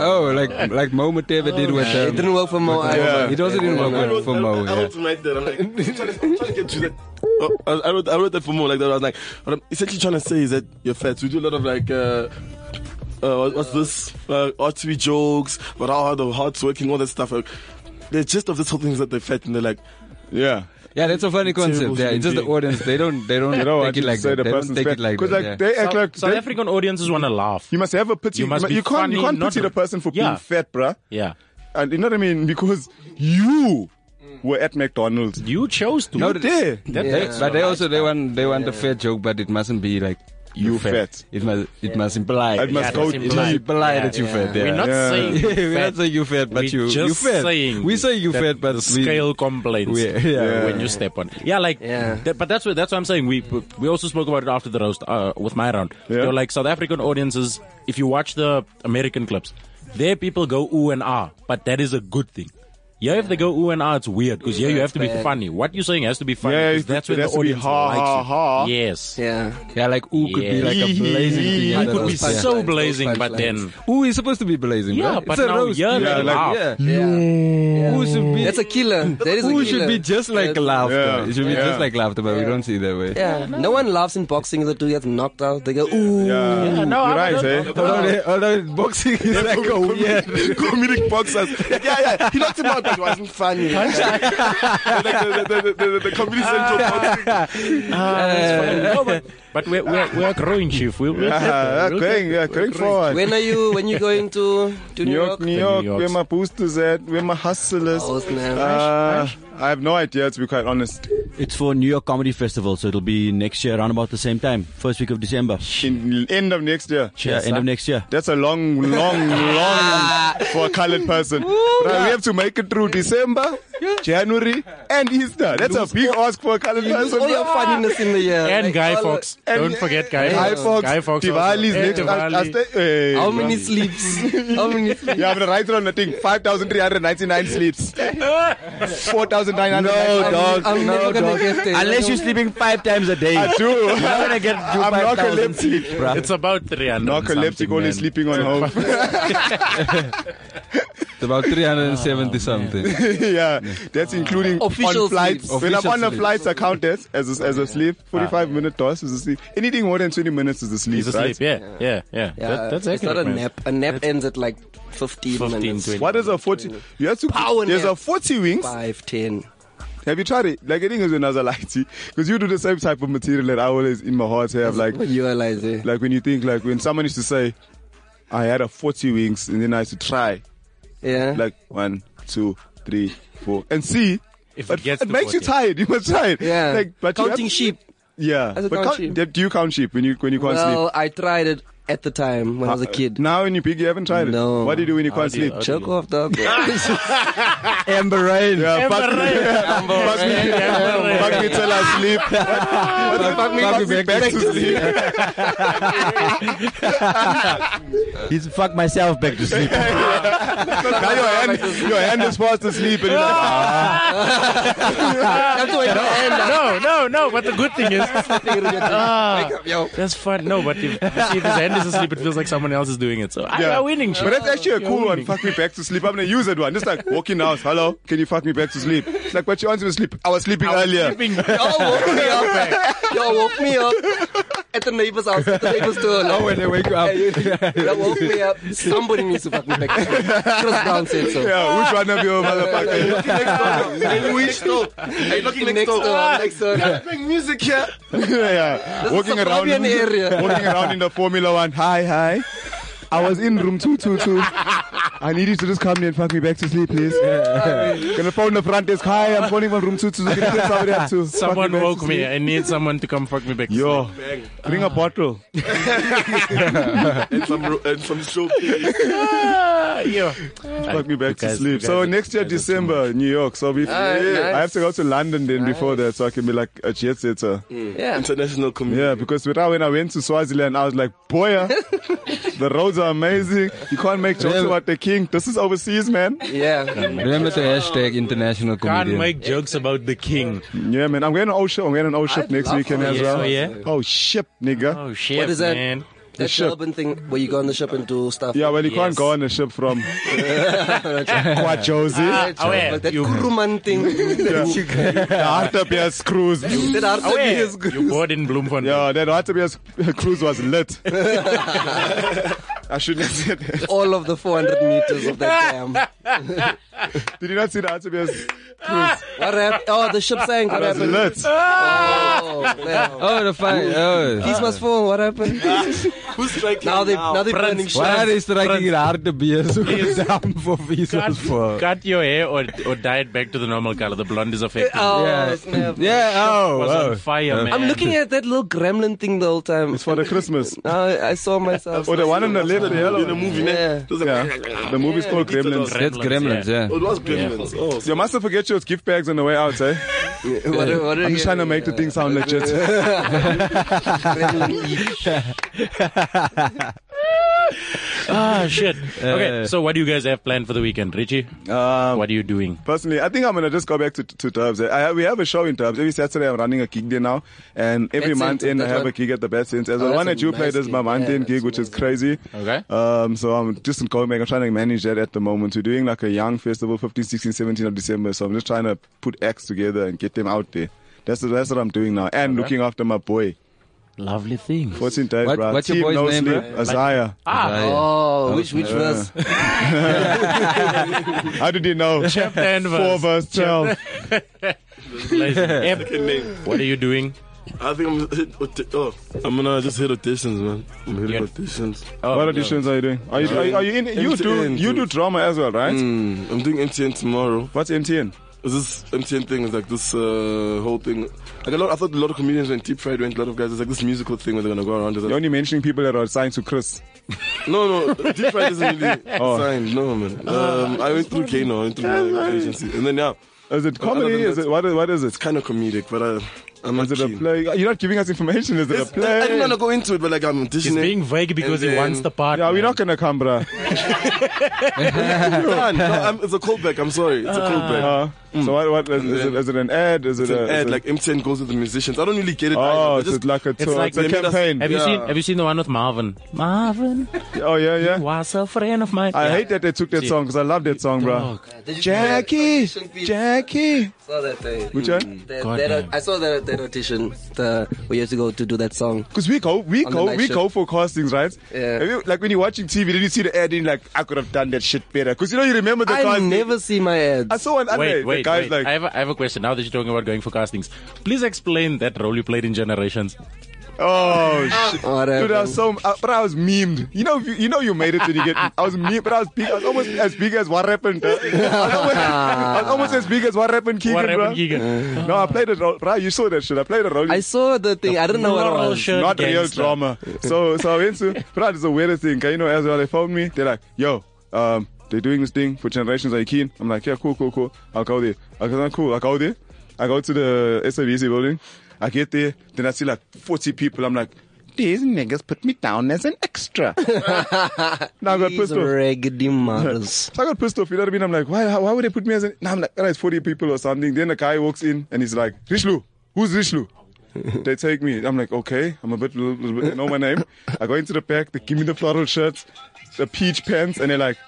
Speaker 5: Oh, like like Mo Mateba
Speaker 2: Oh,
Speaker 5: did with
Speaker 7: It
Speaker 5: um,
Speaker 7: didn't work for Mo either.
Speaker 5: He doesn't even
Speaker 4: I
Speaker 5: work with
Speaker 4: wrote,
Speaker 5: for
Speaker 4: I
Speaker 5: Mo.
Speaker 4: wrote, I
Speaker 5: Yeah.
Speaker 4: wrote right there. I'm like, I'm trying to, I'm trying to get to that. Oh, I, I wrote, I wrote that for Mo like that. I was like, what I'm essentially trying to say is that you're fat. We do a lot of like, uh, uh, what- what's this? Uh, artery jokes, but how hard the heart's working, all that stuff. Like, the gist of this whole thing is that they're fat and they're like,
Speaker 3: Yeah.
Speaker 5: yeah, that's a funny concept.
Speaker 4: Terrible
Speaker 5: Yeah, it's just the
Speaker 4: human being.
Speaker 5: audience. They don't they don't
Speaker 3: You know, I
Speaker 5: take it
Speaker 3: just
Speaker 5: like
Speaker 3: say
Speaker 5: that.
Speaker 3: the
Speaker 5: They don't
Speaker 3: person's
Speaker 5: take
Speaker 3: fat.
Speaker 5: it like that.
Speaker 3: like
Speaker 5: yeah.
Speaker 3: they act like
Speaker 2: South
Speaker 3: they-
Speaker 2: African audiences want to laugh.
Speaker 3: You must have a pity.
Speaker 2: You must be
Speaker 3: you can't. you
Speaker 2: funny,
Speaker 3: can't
Speaker 2: not
Speaker 3: pity the
Speaker 2: re-
Speaker 3: person for
Speaker 2: Yeah.
Speaker 3: being fat, bruh.
Speaker 2: Yeah.
Speaker 3: And you know what I mean? Because you were at McDonald's.
Speaker 2: You chose to.
Speaker 5: No,
Speaker 2: That-
Speaker 3: There,
Speaker 2: that's
Speaker 5: but they
Speaker 2: right.
Speaker 5: also they want they want the fat joke, but it mustn't be like
Speaker 3: you
Speaker 5: fat.
Speaker 3: fat.
Speaker 5: It must it must imply
Speaker 3: It must
Speaker 2: Yeah,
Speaker 3: go
Speaker 2: that's implied.
Speaker 3: deep.
Speaker 5: imply
Speaker 2: Yeah.
Speaker 5: that you fat. Yeah.
Speaker 2: We're not
Speaker 3: Yeah.
Speaker 2: saying you
Speaker 5: We're
Speaker 2: fat.
Speaker 5: not saying you fat, but
Speaker 2: We're
Speaker 5: you
Speaker 2: just
Speaker 5: you fat.
Speaker 2: saying
Speaker 5: we say you
Speaker 2: that
Speaker 5: fat, but
Speaker 2: the
Speaker 5: we-
Speaker 2: scale complaints.
Speaker 5: we- yeah. Yeah.
Speaker 2: When you step on, it. yeah, like,
Speaker 7: Yeah.
Speaker 2: that- but that's what that's what I'm saying. We we also spoke about it after the roast uh, with my round.
Speaker 3: Yeah.
Speaker 2: You're like South African audiences. If you watch the American clips, their people go ooh and ah, but that is a good thing. Yeah, if they go ooh and ah, it's weird because yeah, you have to be
Speaker 7: Bad.
Speaker 2: funny. What you're saying has to be funny.
Speaker 3: Yeah,
Speaker 2: 'cause
Speaker 3: it-
Speaker 2: that's
Speaker 3: it
Speaker 2: when the
Speaker 3: has to be
Speaker 2: audience
Speaker 3: ha,
Speaker 2: likes
Speaker 3: ha,
Speaker 2: it.
Speaker 3: ha.
Speaker 2: Yes.
Speaker 7: Yeah.
Speaker 5: Yeah, like ooh could be like a blazing thing.
Speaker 2: Ooh
Speaker 5: under
Speaker 2: could be
Speaker 5: those punchlines,
Speaker 2: so
Speaker 5: those
Speaker 2: blazing, but
Speaker 5: punchlines.
Speaker 2: then
Speaker 5: ooh is supposed to be blazing.
Speaker 2: Yeah,
Speaker 5: right?
Speaker 2: but
Speaker 5: it's a
Speaker 2: now
Speaker 5: roast.
Speaker 2: yeah,
Speaker 5: yeah,
Speaker 2: like, wow.
Speaker 5: yeah.
Speaker 7: Yeah.
Speaker 5: Ooh should be.
Speaker 7: That's a killer. That is a
Speaker 5: ooh
Speaker 7: killer.
Speaker 5: should be just like laughter.
Speaker 3: Yeah.
Speaker 5: It should be
Speaker 3: Yeah.
Speaker 5: just like laughter, but we don't see it that way.
Speaker 7: Yeah. No one laughs in boxing. The dude gets knocked out. They go, ooh.
Speaker 3: Yeah.
Speaker 2: no, I
Speaker 3: You're right,
Speaker 2: don't-
Speaker 3: eh?
Speaker 5: Although, they- although boxing is like a weird.
Speaker 11: Comedic boxers. Yeah, yeah. He knocked him out, but it wasn't funny.
Speaker 3: the, the, the, the, the community central.
Speaker 2: No, but, but we're, we're, we're growing, chief. We're, we're
Speaker 3: Ah,
Speaker 2: we're
Speaker 3: going, yeah, going forward.
Speaker 7: When are you, when you going to, to New York?
Speaker 3: New
Speaker 2: York.
Speaker 3: York, where my boosters at, where my hustlers.
Speaker 7: Oh, snap.
Speaker 3: Uh, I have no idea, to be quite honest.
Speaker 9: It's for New York Comedy Festival, so it'll be next year around about the same time, first week of December.
Speaker 3: In end of next year.
Speaker 9: Yeah, end of next year.
Speaker 3: That's a long, long, long for a colored person. But we have to make it through December, January, and Easter. That's a big ask for a colored
Speaker 7: You lose
Speaker 3: person.
Speaker 7: all your funniness in the year.
Speaker 2: And
Speaker 7: Like,
Speaker 2: Guy
Speaker 7: all-
Speaker 2: Fox.
Speaker 3: and-
Speaker 2: Don't forget Guy Fox.
Speaker 3: Guy Fox,
Speaker 2: Guy Fox. also.
Speaker 3: Diwali's
Speaker 2: And
Speaker 3: next. I- I
Speaker 2: Diwali.
Speaker 3: stay- hey,
Speaker 7: How
Speaker 3: man.
Speaker 7: many sleeps? How many sleeps?
Speaker 3: Yeah, I'm gonna write it on the thing. Five thousand three hundred ninety-nine sleeps. Four thousand nine hundred.
Speaker 7: I'm, I'm never gonna get there.
Speaker 9: Unless you're sleeping five times a day.
Speaker 3: I
Speaker 9: You're
Speaker 3: do.
Speaker 9: not gonna get to
Speaker 3: I'm
Speaker 9: 5,000
Speaker 3: narcoleptic.
Speaker 9: sleep, bruh.
Speaker 2: It's about 300.
Speaker 3: Narcoleptic,
Speaker 2: something,
Speaker 3: only
Speaker 2: man.
Speaker 3: sleeping on home.
Speaker 5: It's about 370 something.
Speaker 3: Oh, yeah, that's including
Speaker 7: Official
Speaker 3: on flights.
Speaker 7: sleeps.
Speaker 3: when I'm
Speaker 5: Official
Speaker 3: on a
Speaker 5: sleeps.
Speaker 3: flight, I count it as a, as a sleep. 45 minute toss is a sleep. Anything more than 20 minutes is a sleep,
Speaker 2: He's
Speaker 3: right?
Speaker 2: asleep. Yeah, yeah, yeah.
Speaker 7: Yeah,
Speaker 2: That, that's
Speaker 7: it's not
Speaker 2: accurate,
Speaker 7: a
Speaker 2: man.
Speaker 7: nap. A nap ends at like 15,
Speaker 2: 15,
Speaker 7: minutes.
Speaker 2: 20.
Speaker 3: What is a 40? You have to.
Speaker 7: Power
Speaker 3: there's
Speaker 7: nap.
Speaker 3: a 40 wings.
Speaker 7: 5, 10.
Speaker 3: Have you tried it? Like, I think it's another lighty. Because you do the same type of material that I always in my heart have. Like,
Speaker 7: But you realize eh? it.
Speaker 3: like when you think, like, when someone used to say, I had a 40 wings and then I used to try.
Speaker 7: Yeah.
Speaker 3: Like, one, two, three, four. And see.
Speaker 2: If it gets to
Speaker 3: makes you
Speaker 2: 40.
Speaker 3: tired. You must try it.
Speaker 7: yeah.
Speaker 3: Like, but you have
Speaker 7: Counting
Speaker 3: to-
Speaker 7: sheep.
Speaker 3: Yeah.
Speaker 7: As a
Speaker 3: But
Speaker 7: count
Speaker 3: count-
Speaker 7: sheep.
Speaker 3: do- do you count sheep when you when you can't sleep? Uh,
Speaker 7: Well, I tried it at the time when I was a kid.
Speaker 3: Now when you big, you haven't tried it.
Speaker 7: No.
Speaker 3: What do you do when you can't
Speaker 2: do you-
Speaker 3: sleep?
Speaker 2: how do
Speaker 7: Choke off, dog.
Speaker 5: Amber Rain.
Speaker 3: Yeah, fuck me. Fuck me.
Speaker 2: Amber
Speaker 3: Fuck me till I sleep. What the fuck me?
Speaker 5: Fuck me
Speaker 3: Fuck me
Speaker 5: back
Speaker 3: back to sleep.
Speaker 9: He's fuck myself back to sleep.
Speaker 3: Now your hand, your hand is fast asleep, and you're like, ah,
Speaker 7: That's why
Speaker 2: No, no, no. But the good thing is, Ah,
Speaker 7: Wake up, yo.
Speaker 2: that's fun. No, but if, you see, if his hand is asleep, it feels like someone else is doing it. So I'm
Speaker 3: yeah.
Speaker 2: winning.
Speaker 3: But that's actually a cool one.
Speaker 2: winning.
Speaker 3: Fuck me back to sleep. I'm gonna use that one. Just like walking out. Hello, can you fuck me back to sleep? It's like, but you want to sleep. I was sleeping earlier.
Speaker 7: Y'all woke me up. Y'all woke me up at the neighbor's house, at the neighbor's door. Like,
Speaker 5: Oh, when they wake up.
Speaker 7: Y'all woke me up. Somebody needs to fuck me back. Chris Brown said so.
Speaker 3: Yeah, which one of you, motherfucker?
Speaker 11: Which door? Are you looking
Speaker 7: Next
Speaker 11: next
Speaker 7: door,
Speaker 11: door?
Speaker 7: next door.
Speaker 11: Playing music here.
Speaker 3: yeah, walking around,
Speaker 7: suburban area.
Speaker 3: walking around in the Formula One. Hi, hi. I was in room two two two. I need you to just come here and fuck me back to sleep, please. Gonna phone the front desk. Hi, I'm phoning from room two two. Can you get somebody up to fuck
Speaker 2: Someone
Speaker 3: back to
Speaker 2: woke me.
Speaker 3: sleep?"
Speaker 2: I need someone to come fuck me back. to sleep.
Speaker 3: Yo, bring a bottle.
Speaker 4: and some ro- and some show.
Speaker 2: Ah, yo.
Speaker 3: Fuck me back to
Speaker 2: guys-
Speaker 3: sleep.
Speaker 2: you
Speaker 3: So
Speaker 2: guys-
Speaker 3: next year December, New York. So we,
Speaker 7: nice.
Speaker 3: I have to go to London then before that, so I can be like a jet setter.
Speaker 7: Yeah.
Speaker 4: International community.
Speaker 3: Yeah, because with when I went to Swaziland, I was like, boy, uh, the roads are amazing. You can't make jokes
Speaker 5: Yeah.
Speaker 3: about the king. This is overseas, man.
Speaker 7: Yeah.
Speaker 5: Remember the hashtag international
Speaker 2: Can't
Speaker 5: comedian.
Speaker 2: make jokes about the king.
Speaker 3: Yeah, man. I'm going to O-Ship. I'm going to O-Ship next weekend as
Speaker 2: yeah,
Speaker 3: well.
Speaker 2: oh, yeah?
Speaker 3: Oh, ship, nigga.
Speaker 2: Oh shit,
Speaker 7: What is that?
Speaker 2: man.
Speaker 7: That's the
Speaker 3: ship.
Speaker 7: urban thing where you go on the ship and do stuff.
Speaker 3: Yeah, well, you
Speaker 2: Yes.
Speaker 3: can't go on a ship from Kwa Josie.
Speaker 2: Ah,
Speaker 3: The
Speaker 2: aware,
Speaker 7: But that
Speaker 2: you-
Speaker 7: Kuruman thing.
Speaker 3: Artabias cruise.
Speaker 7: That
Speaker 3: Oh,
Speaker 2: aware,
Speaker 7: Arthur
Speaker 2: you bored in Bloemfontein.
Speaker 3: Yeah, that Artabias cruise was lit. I shouldn't have said that.
Speaker 7: all of the 400 meters of that dam.
Speaker 3: Did you not see the Artabias?
Speaker 7: What happened? Oh, the ship sank. What
Speaker 3: It was
Speaker 7: happened?
Speaker 3: lit.
Speaker 7: Oh, man.
Speaker 5: Oh, the fight. Oh.
Speaker 7: Peace must fall. What happened?
Speaker 4: Who's striking
Speaker 7: Now
Speaker 4: now?
Speaker 7: they now they're burning
Speaker 5: Why are
Speaker 7: ships.
Speaker 5: they striking it hard to be so down for
Speaker 2: Cut,
Speaker 5: visas for?
Speaker 2: cut your hair or, or dye it back to the normal color. The blonde is affected.
Speaker 7: Oh,
Speaker 5: Yeah.
Speaker 7: snap.
Speaker 5: Yeah, oh,
Speaker 2: was
Speaker 5: oh.
Speaker 2: on fire, man.
Speaker 7: I'm looking at that little gremlin thing the whole time.
Speaker 3: It's for the Christmas.
Speaker 7: Now I I saw myself.
Speaker 3: Or the one on the left, the yellow.
Speaker 4: in a movie,
Speaker 7: Yeah.
Speaker 4: man. Those are-
Speaker 3: Yeah. The movie's called Gremlins.
Speaker 5: That's gremlins, yeah.
Speaker 4: Oh, it was Gremlins. Oh, so
Speaker 3: You mustn't forget your gift bags on the way out, eh?
Speaker 7: What a- what a-
Speaker 3: I'm just trying to make the thing sound legit.
Speaker 2: ah, shit. Okay,
Speaker 3: Uh,
Speaker 2: so what do you guys have planned for the weekend, Richie?
Speaker 3: Um,
Speaker 2: what are you doing?
Speaker 3: Personally, I think I'm gonna just go back to to Turbs. I have, we have a show in Turbs every Saturday. I'm running a gig there now, and every
Speaker 12: Bad
Speaker 3: month
Speaker 12: Sense,
Speaker 3: end I
Speaker 12: that
Speaker 3: have
Speaker 12: one?
Speaker 3: a gig at the Bad Sense. As
Speaker 12: Oh,
Speaker 3: the one
Speaker 12: that's
Speaker 3: that
Speaker 12: a
Speaker 3: you played
Speaker 12: nice
Speaker 3: is my
Speaker 12: gig.
Speaker 3: month
Speaker 12: Yeah,
Speaker 3: end gig, which is crazy.
Speaker 2: Okay.
Speaker 3: Um, so I'm just going back. I'm trying to manage that at the moment. We're doing like a young festival, 15, 16, 17 of December. So I'm just trying to put acts together and get them out there. That's that's what I'm doing now, and
Speaker 2: Okay.
Speaker 3: looking after my boy.
Speaker 2: Lovely thing.
Speaker 3: 14 days,
Speaker 2: What-
Speaker 3: bruh.
Speaker 2: what's your
Speaker 3: Team
Speaker 2: boy's
Speaker 3: No
Speaker 2: name,
Speaker 3: Sleep,
Speaker 2: bruh?
Speaker 3: Isaiah.
Speaker 2: Ah. Isaiah. Oh, which- which verse?
Speaker 3: How did you know?
Speaker 2: Chapter and
Speaker 3: Four verse
Speaker 2: verse.
Speaker 3: twelve.
Speaker 2: Ep,
Speaker 4: Second name.
Speaker 2: what are you doing?
Speaker 4: I think I'm hit, audi- oh, I'm gonna just hit auditions, man. I'm hitting auditions.
Speaker 2: Oh,
Speaker 3: what auditions are you doing? Are you, are you, are you in? You do you do drama as well, right?
Speaker 4: Mm, I'm doing MTN tomorrow.
Speaker 3: What's MTN?
Speaker 4: Is this MTN thing? Is like this uh, whole thing. Like a lot, I thought a lot of comedians went deep fried, went a lot of guys. It's like this musical thing where they're gonna go around. You're
Speaker 3: only mentioning people that are assigned to Chris.
Speaker 4: No, no, deep fried isn't really
Speaker 3: Oh. Ah,
Speaker 4: signed. No, man. Um, I went through Kano, I went through my agency, and then yeah.
Speaker 3: Is it comedy? Is it- what is what is it? It's
Speaker 4: kind of comedic, but I, I'm not.
Speaker 3: Is it a play? You're not giving us information. Is it a play?
Speaker 4: I didn't want to go into it, but like I'm auditioning.
Speaker 3: He's being
Speaker 2: vague
Speaker 3: because
Speaker 4: and
Speaker 3: he wants
Speaker 4: then-
Speaker 3: the part, Yeah, we're not gonna come, bruh.
Speaker 4: It's done. No, I'm- it's a callback. I'm sorry. It's a callback.
Speaker 3: Uh, so what? What is, is, it, is it? An ad? Is
Speaker 4: It's
Speaker 3: it
Speaker 4: an
Speaker 3: a, is
Speaker 4: ad,
Speaker 3: it-
Speaker 4: like MTN goes with the musicians. I don't really get it. either.
Speaker 3: Oh,
Speaker 4: I
Speaker 3: so it's like a It's tour- like it's a they made us- campaign.
Speaker 2: Have you
Speaker 4: Yeah.
Speaker 2: seen Have you seen the one with Marvin? Marvin.
Speaker 3: Oh yeah, yeah.
Speaker 2: You was a friend of mine. Oh,
Speaker 3: I
Speaker 2: Yeah.
Speaker 3: hate that they took that
Speaker 2: Gee.
Speaker 3: song because I love that song, bruh.
Speaker 7: Jackie,
Speaker 3: Jackie.
Speaker 7: Saw that thing.
Speaker 3: Which one?
Speaker 7: That-
Speaker 3: God
Speaker 7: that-
Speaker 3: damn.
Speaker 7: I saw that that audition. The we had to go to do that song.
Speaker 3: Because we go, we
Speaker 7: On the
Speaker 3: go,
Speaker 7: night
Speaker 3: we
Speaker 7: shift.
Speaker 3: go for castings, right? Yeah. like when you're watching TV, then you see the ad, and you're like, I could have done that shit better. Because you know you remember the
Speaker 7: I
Speaker 3: casting.
Speaker 7: never see my ads.
Speaker 3: I saw one ad.
Speaker 2: Wait,
Speaker 3: the
Speaker 2: wait,
Speaker 3: guy's
Speaker 2: wait.
Speaker 3: like,
Speaker 2: I, have a, I have a question. Now that you're talking about going for castings, please explain that role you played in Generations.
Speaker 3: Oh shit!
Speaker 2: What
Speaker 3: Dude, I
Speaker 2: happened?
Speaker 3: was so, uh, but I was memed. You know, you, you know, you made it when you get. I was memed, but I was big. I was almost as big as what happened. uh. I, was almost, I was almost as big as what happened, Keegan.
Speaker 2: What Happened
Speaker 3: bruh.
Speaker 2: Keegan.
Speaker 3: No, I played a role. Right, you saw that shit. I played a role.
Speaker 7: I saw the thing. I didn't know what it was.
Speaker 3: Not real drama. So, so I went to. But it's the weirdest thing. 'cause you know, as well, they phoned me. They're like, "Yo, um, they're doing this thing for generations. Are you keen?" I'm like, "Yeah, cool, cool, cool. I'll go there." I go, "Ah, "Cool, I'll go there." I go to the SABC building. I get there. Then I see like 40 people. I'm like. These niggas put me down as an extra. now I got
Speaker 7: These
Speaker 3: pissed off.
Speaker 7: raggedy mothers.
Speaker 3: so I got pissed off. You know what I mean? I'm like, why? Why would they put me as an? Now I'm like, "Ah, it's 40 people or something. Then a guy walks in and he's like, Richlu, who's Richlu? they take me. I'm like, okay, I'm a bit, little, little bit, know my name. I go into the back. They give me the floral shirts, the peach pants, and they're like,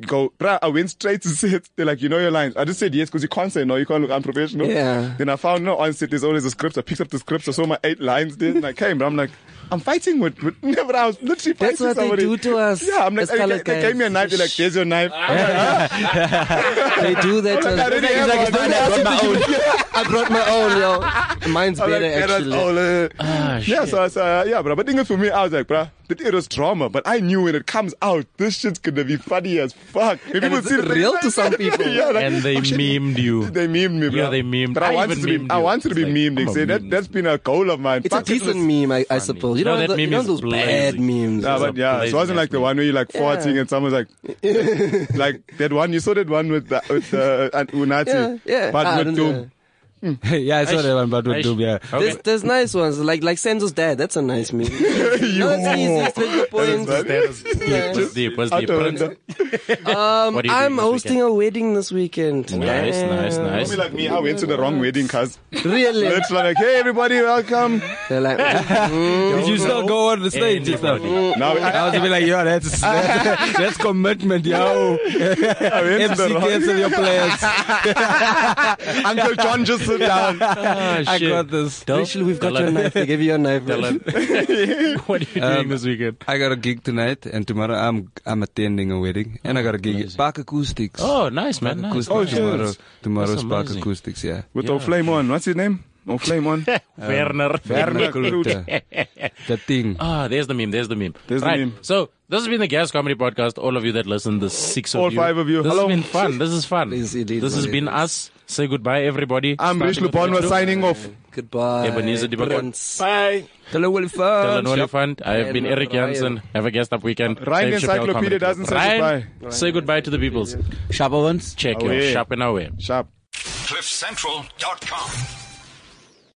Speaker 3: go, bruh, I went straight to sit. They're like, you know your lines. I just said yes because you can't say no. You can't look unprofessional.
Speaker 7: Yeah.
Speaker 3: Then I found no on set. There's always a script. I picked up the script. I saw my eight lines there, and I came. But I'm like, I'm fighting with, with never. I was literally
Speaker 7: That's
Speaker 3: fighting
Speaker 7: what they
Speaker 3: somebody.
Speaker 7: do to us
Speaker 3: Yeah, I'm like,
Speaker 7: as
Speaker 3: they,
Speaker 7: colored
Speaker 3: they gave me a
Speaker 7: guys.
Speaker 3: knife. They're like, there's your knife. I'm
Speaker 2: Ah.
Speaker 3: like,
Speaker 7: they do that.
Speaker 3: I'm like, I already
Speaker 7: He's
Speaker 3: have
Speaker 7: like,
Speaker 3: one.
Speaker 7: it's mine. I brought my own. I brought my own, yo. Mine's
Speaker 3: I'm
Speaker 7: better
Speaker 3: like,
Speaker 7: actually. Ah,
Speaker 3: that's all, uh, yeah, so, so uh, yeah, bro. But thing is, for me, I was like, bro, the thing was drama. But I knew when it comes out, this shit's gonna be funny as fuck. If
Speaker 2: And
Speaker 3: people
Speaker 2: it's
Speaker 3: see the-
Speaker 2: real to some people.
Speaker 3: yeah, like,
Speaker 2: And they
Speaker 3: oh, shit.
Speaker 2: memed you.
Speaker 3: They memed me, bro.
Speaker 2: Yeah, they memed.
Speaker 3: But I,
Speaker 2: I
Speaker 3: wanted
Speaker 2: even
Speaker 3: to be,
Speaker 2: memed
Speaker 3: I
Speaker 2: you.
Speaker 3: wanted to be
Speaker 2: It's like,
Speaker 3: memed.
Speaker 2: I'm a
Speaker 3: Like, that, that's been a goal of mine.
Speaker 7: It's a
Speaker 3: Fuck it,
Speaker 7: decent
Speaker 3: let's-
Speaker 7: meme, I, I suppose. You
Speaker 3: No,
Speaker 7: know,
Speaker 3: that
Speaker 7: the, you
Speaker 3: meme
Speaker 7: know
Speaker 3: is
Speaker 7: those bad memes.
Speaker 3: Nah, but yeah, it wasn't like the one where you like farting and someone's like, like that one. You saw that one with the, with the uh, Unati,
Speaker 7: Yeah, yeah.
Speaker 3: but
Speaker 7: Ah, I
Speaker 3: with
Speaker 7: don't
Speaker 3: Doom.
Speaker 7: know.
Speaker 5: yeah, I saw that one, but with Doom, yeah.
Speaker 7: There's, there's nice ones like like Senzo's dad. That's a nice meme.
Speaker 3: you.
Speaker 7: No, that's easy. It's very good point.
Speaker 2: Deep, was deep, was
Speaker 7: I
Speaker 2: deep.
Speaker 7: don't
Speaker 2: Prince.
Speaker 7: Um,
Speaker 2: What are you doing
Speaker 7: I'm
Speaker 2: this
Speaker 7: hosting a weekend this weekend.
Speaker 2: Nice,
Speaker 7: Damn.
Speaker 2: nice, nice.
Speaker 3: Be like me, I went to the wrong wedding, cuz.
Speaker 7: Really?
Speaker 3: It's like, hey, everybody, welcome.
Speaker 7: They're like,
Speaker 5: Did you still go on the stage just now?
Speaker 3: No, I-
Speaker 5: I was a bit like, yo, that's that's, that's er commitment, yo.
Speaker 2: er
Speaker 3: went to the
Speaker 5: MC
Speaker 3: wrong-
Speaker 5: cancel your players.
Speaker 3: Uncle John, just sit down.
Speaker 2: Ah,
Speaker 5: I got this.
Speaker 7: Rachel, we've got your knife. They gave you your knife.
Speaker 2: what are you
Speaker 3: Um,
Speaker 2: doing this weekend?
Speaker 5: I got a gig tonight and tomorrow. I'm I'm attending a wedding and I got a gig at Park Acoustics.
Speaker 2: Oh, nice, man,
Speaker 5: Park
Speaker 2: nice.
Speaker 5: Acoustics
Speaker 2: Oh,
Speaker 5: tomorrow.
Speaker 2: shit.
Speaker 5: Tomorrow's
Speaker 2: That's
Speaker 5: Park
Speaker 2: amazing.
Speaker 5: Acoustics. Yeah.
Speaker 3: With our flame on. What's his name? Oh, flame on.
Speaker 2: um, Werner.
Speaker 5: Werner Klute. The thing.
Speaker 2: Ah, there's the meme. There's the meme.
Speaker 3: There's the
Speaker 2: right.
Speaker 3: meme.
Speaker 2: So this has been the Gas Comedy Podcast. All of you that listen, the six of
Speaker 3: All
Speaker 2: you,
Speaker 3: five of you.
Speaker 2: This
Speaker 3: Hello.
Speaker 2: has been fun. This is fun. this has
Speaker 3: man,
Speaker 2: been us. Say goodbye, everybody.
Speaker 3: I'm Rich
Speaker 2: Starting with
Speaker 3: Lupon. We're
Speaker 2: Richlo.
Speaker 3: signing off.
Speaker 7: Goodbye.
Speaker 2: Ebenezer Dibakwa.
Speaker 7: Bye. Hello, Willie
Speaker 2: Dylan
Speaker 7: Fund.
Speaker 2: Olifant. I have been Eric Jansen. Have a guest up weekend.
Speaker 3: Ryan
Speaker 2: Dave Chappelle
Speaker 3: Encyclopedia
Speaker 2: Comedy
Speaker 3: doesn't say
Speaker 2: Club. Ryan,
Speaker 3: goodbye.
Speaker 2: Say goodbye to the peoples.
Speaker 9: Sharp ones.
Speaker 2: Check é
Speaker 3: Away.
Speaker 2: your sharp and away.
Speaker 3: Sharp.
Speaker 1: CliffCentral.com.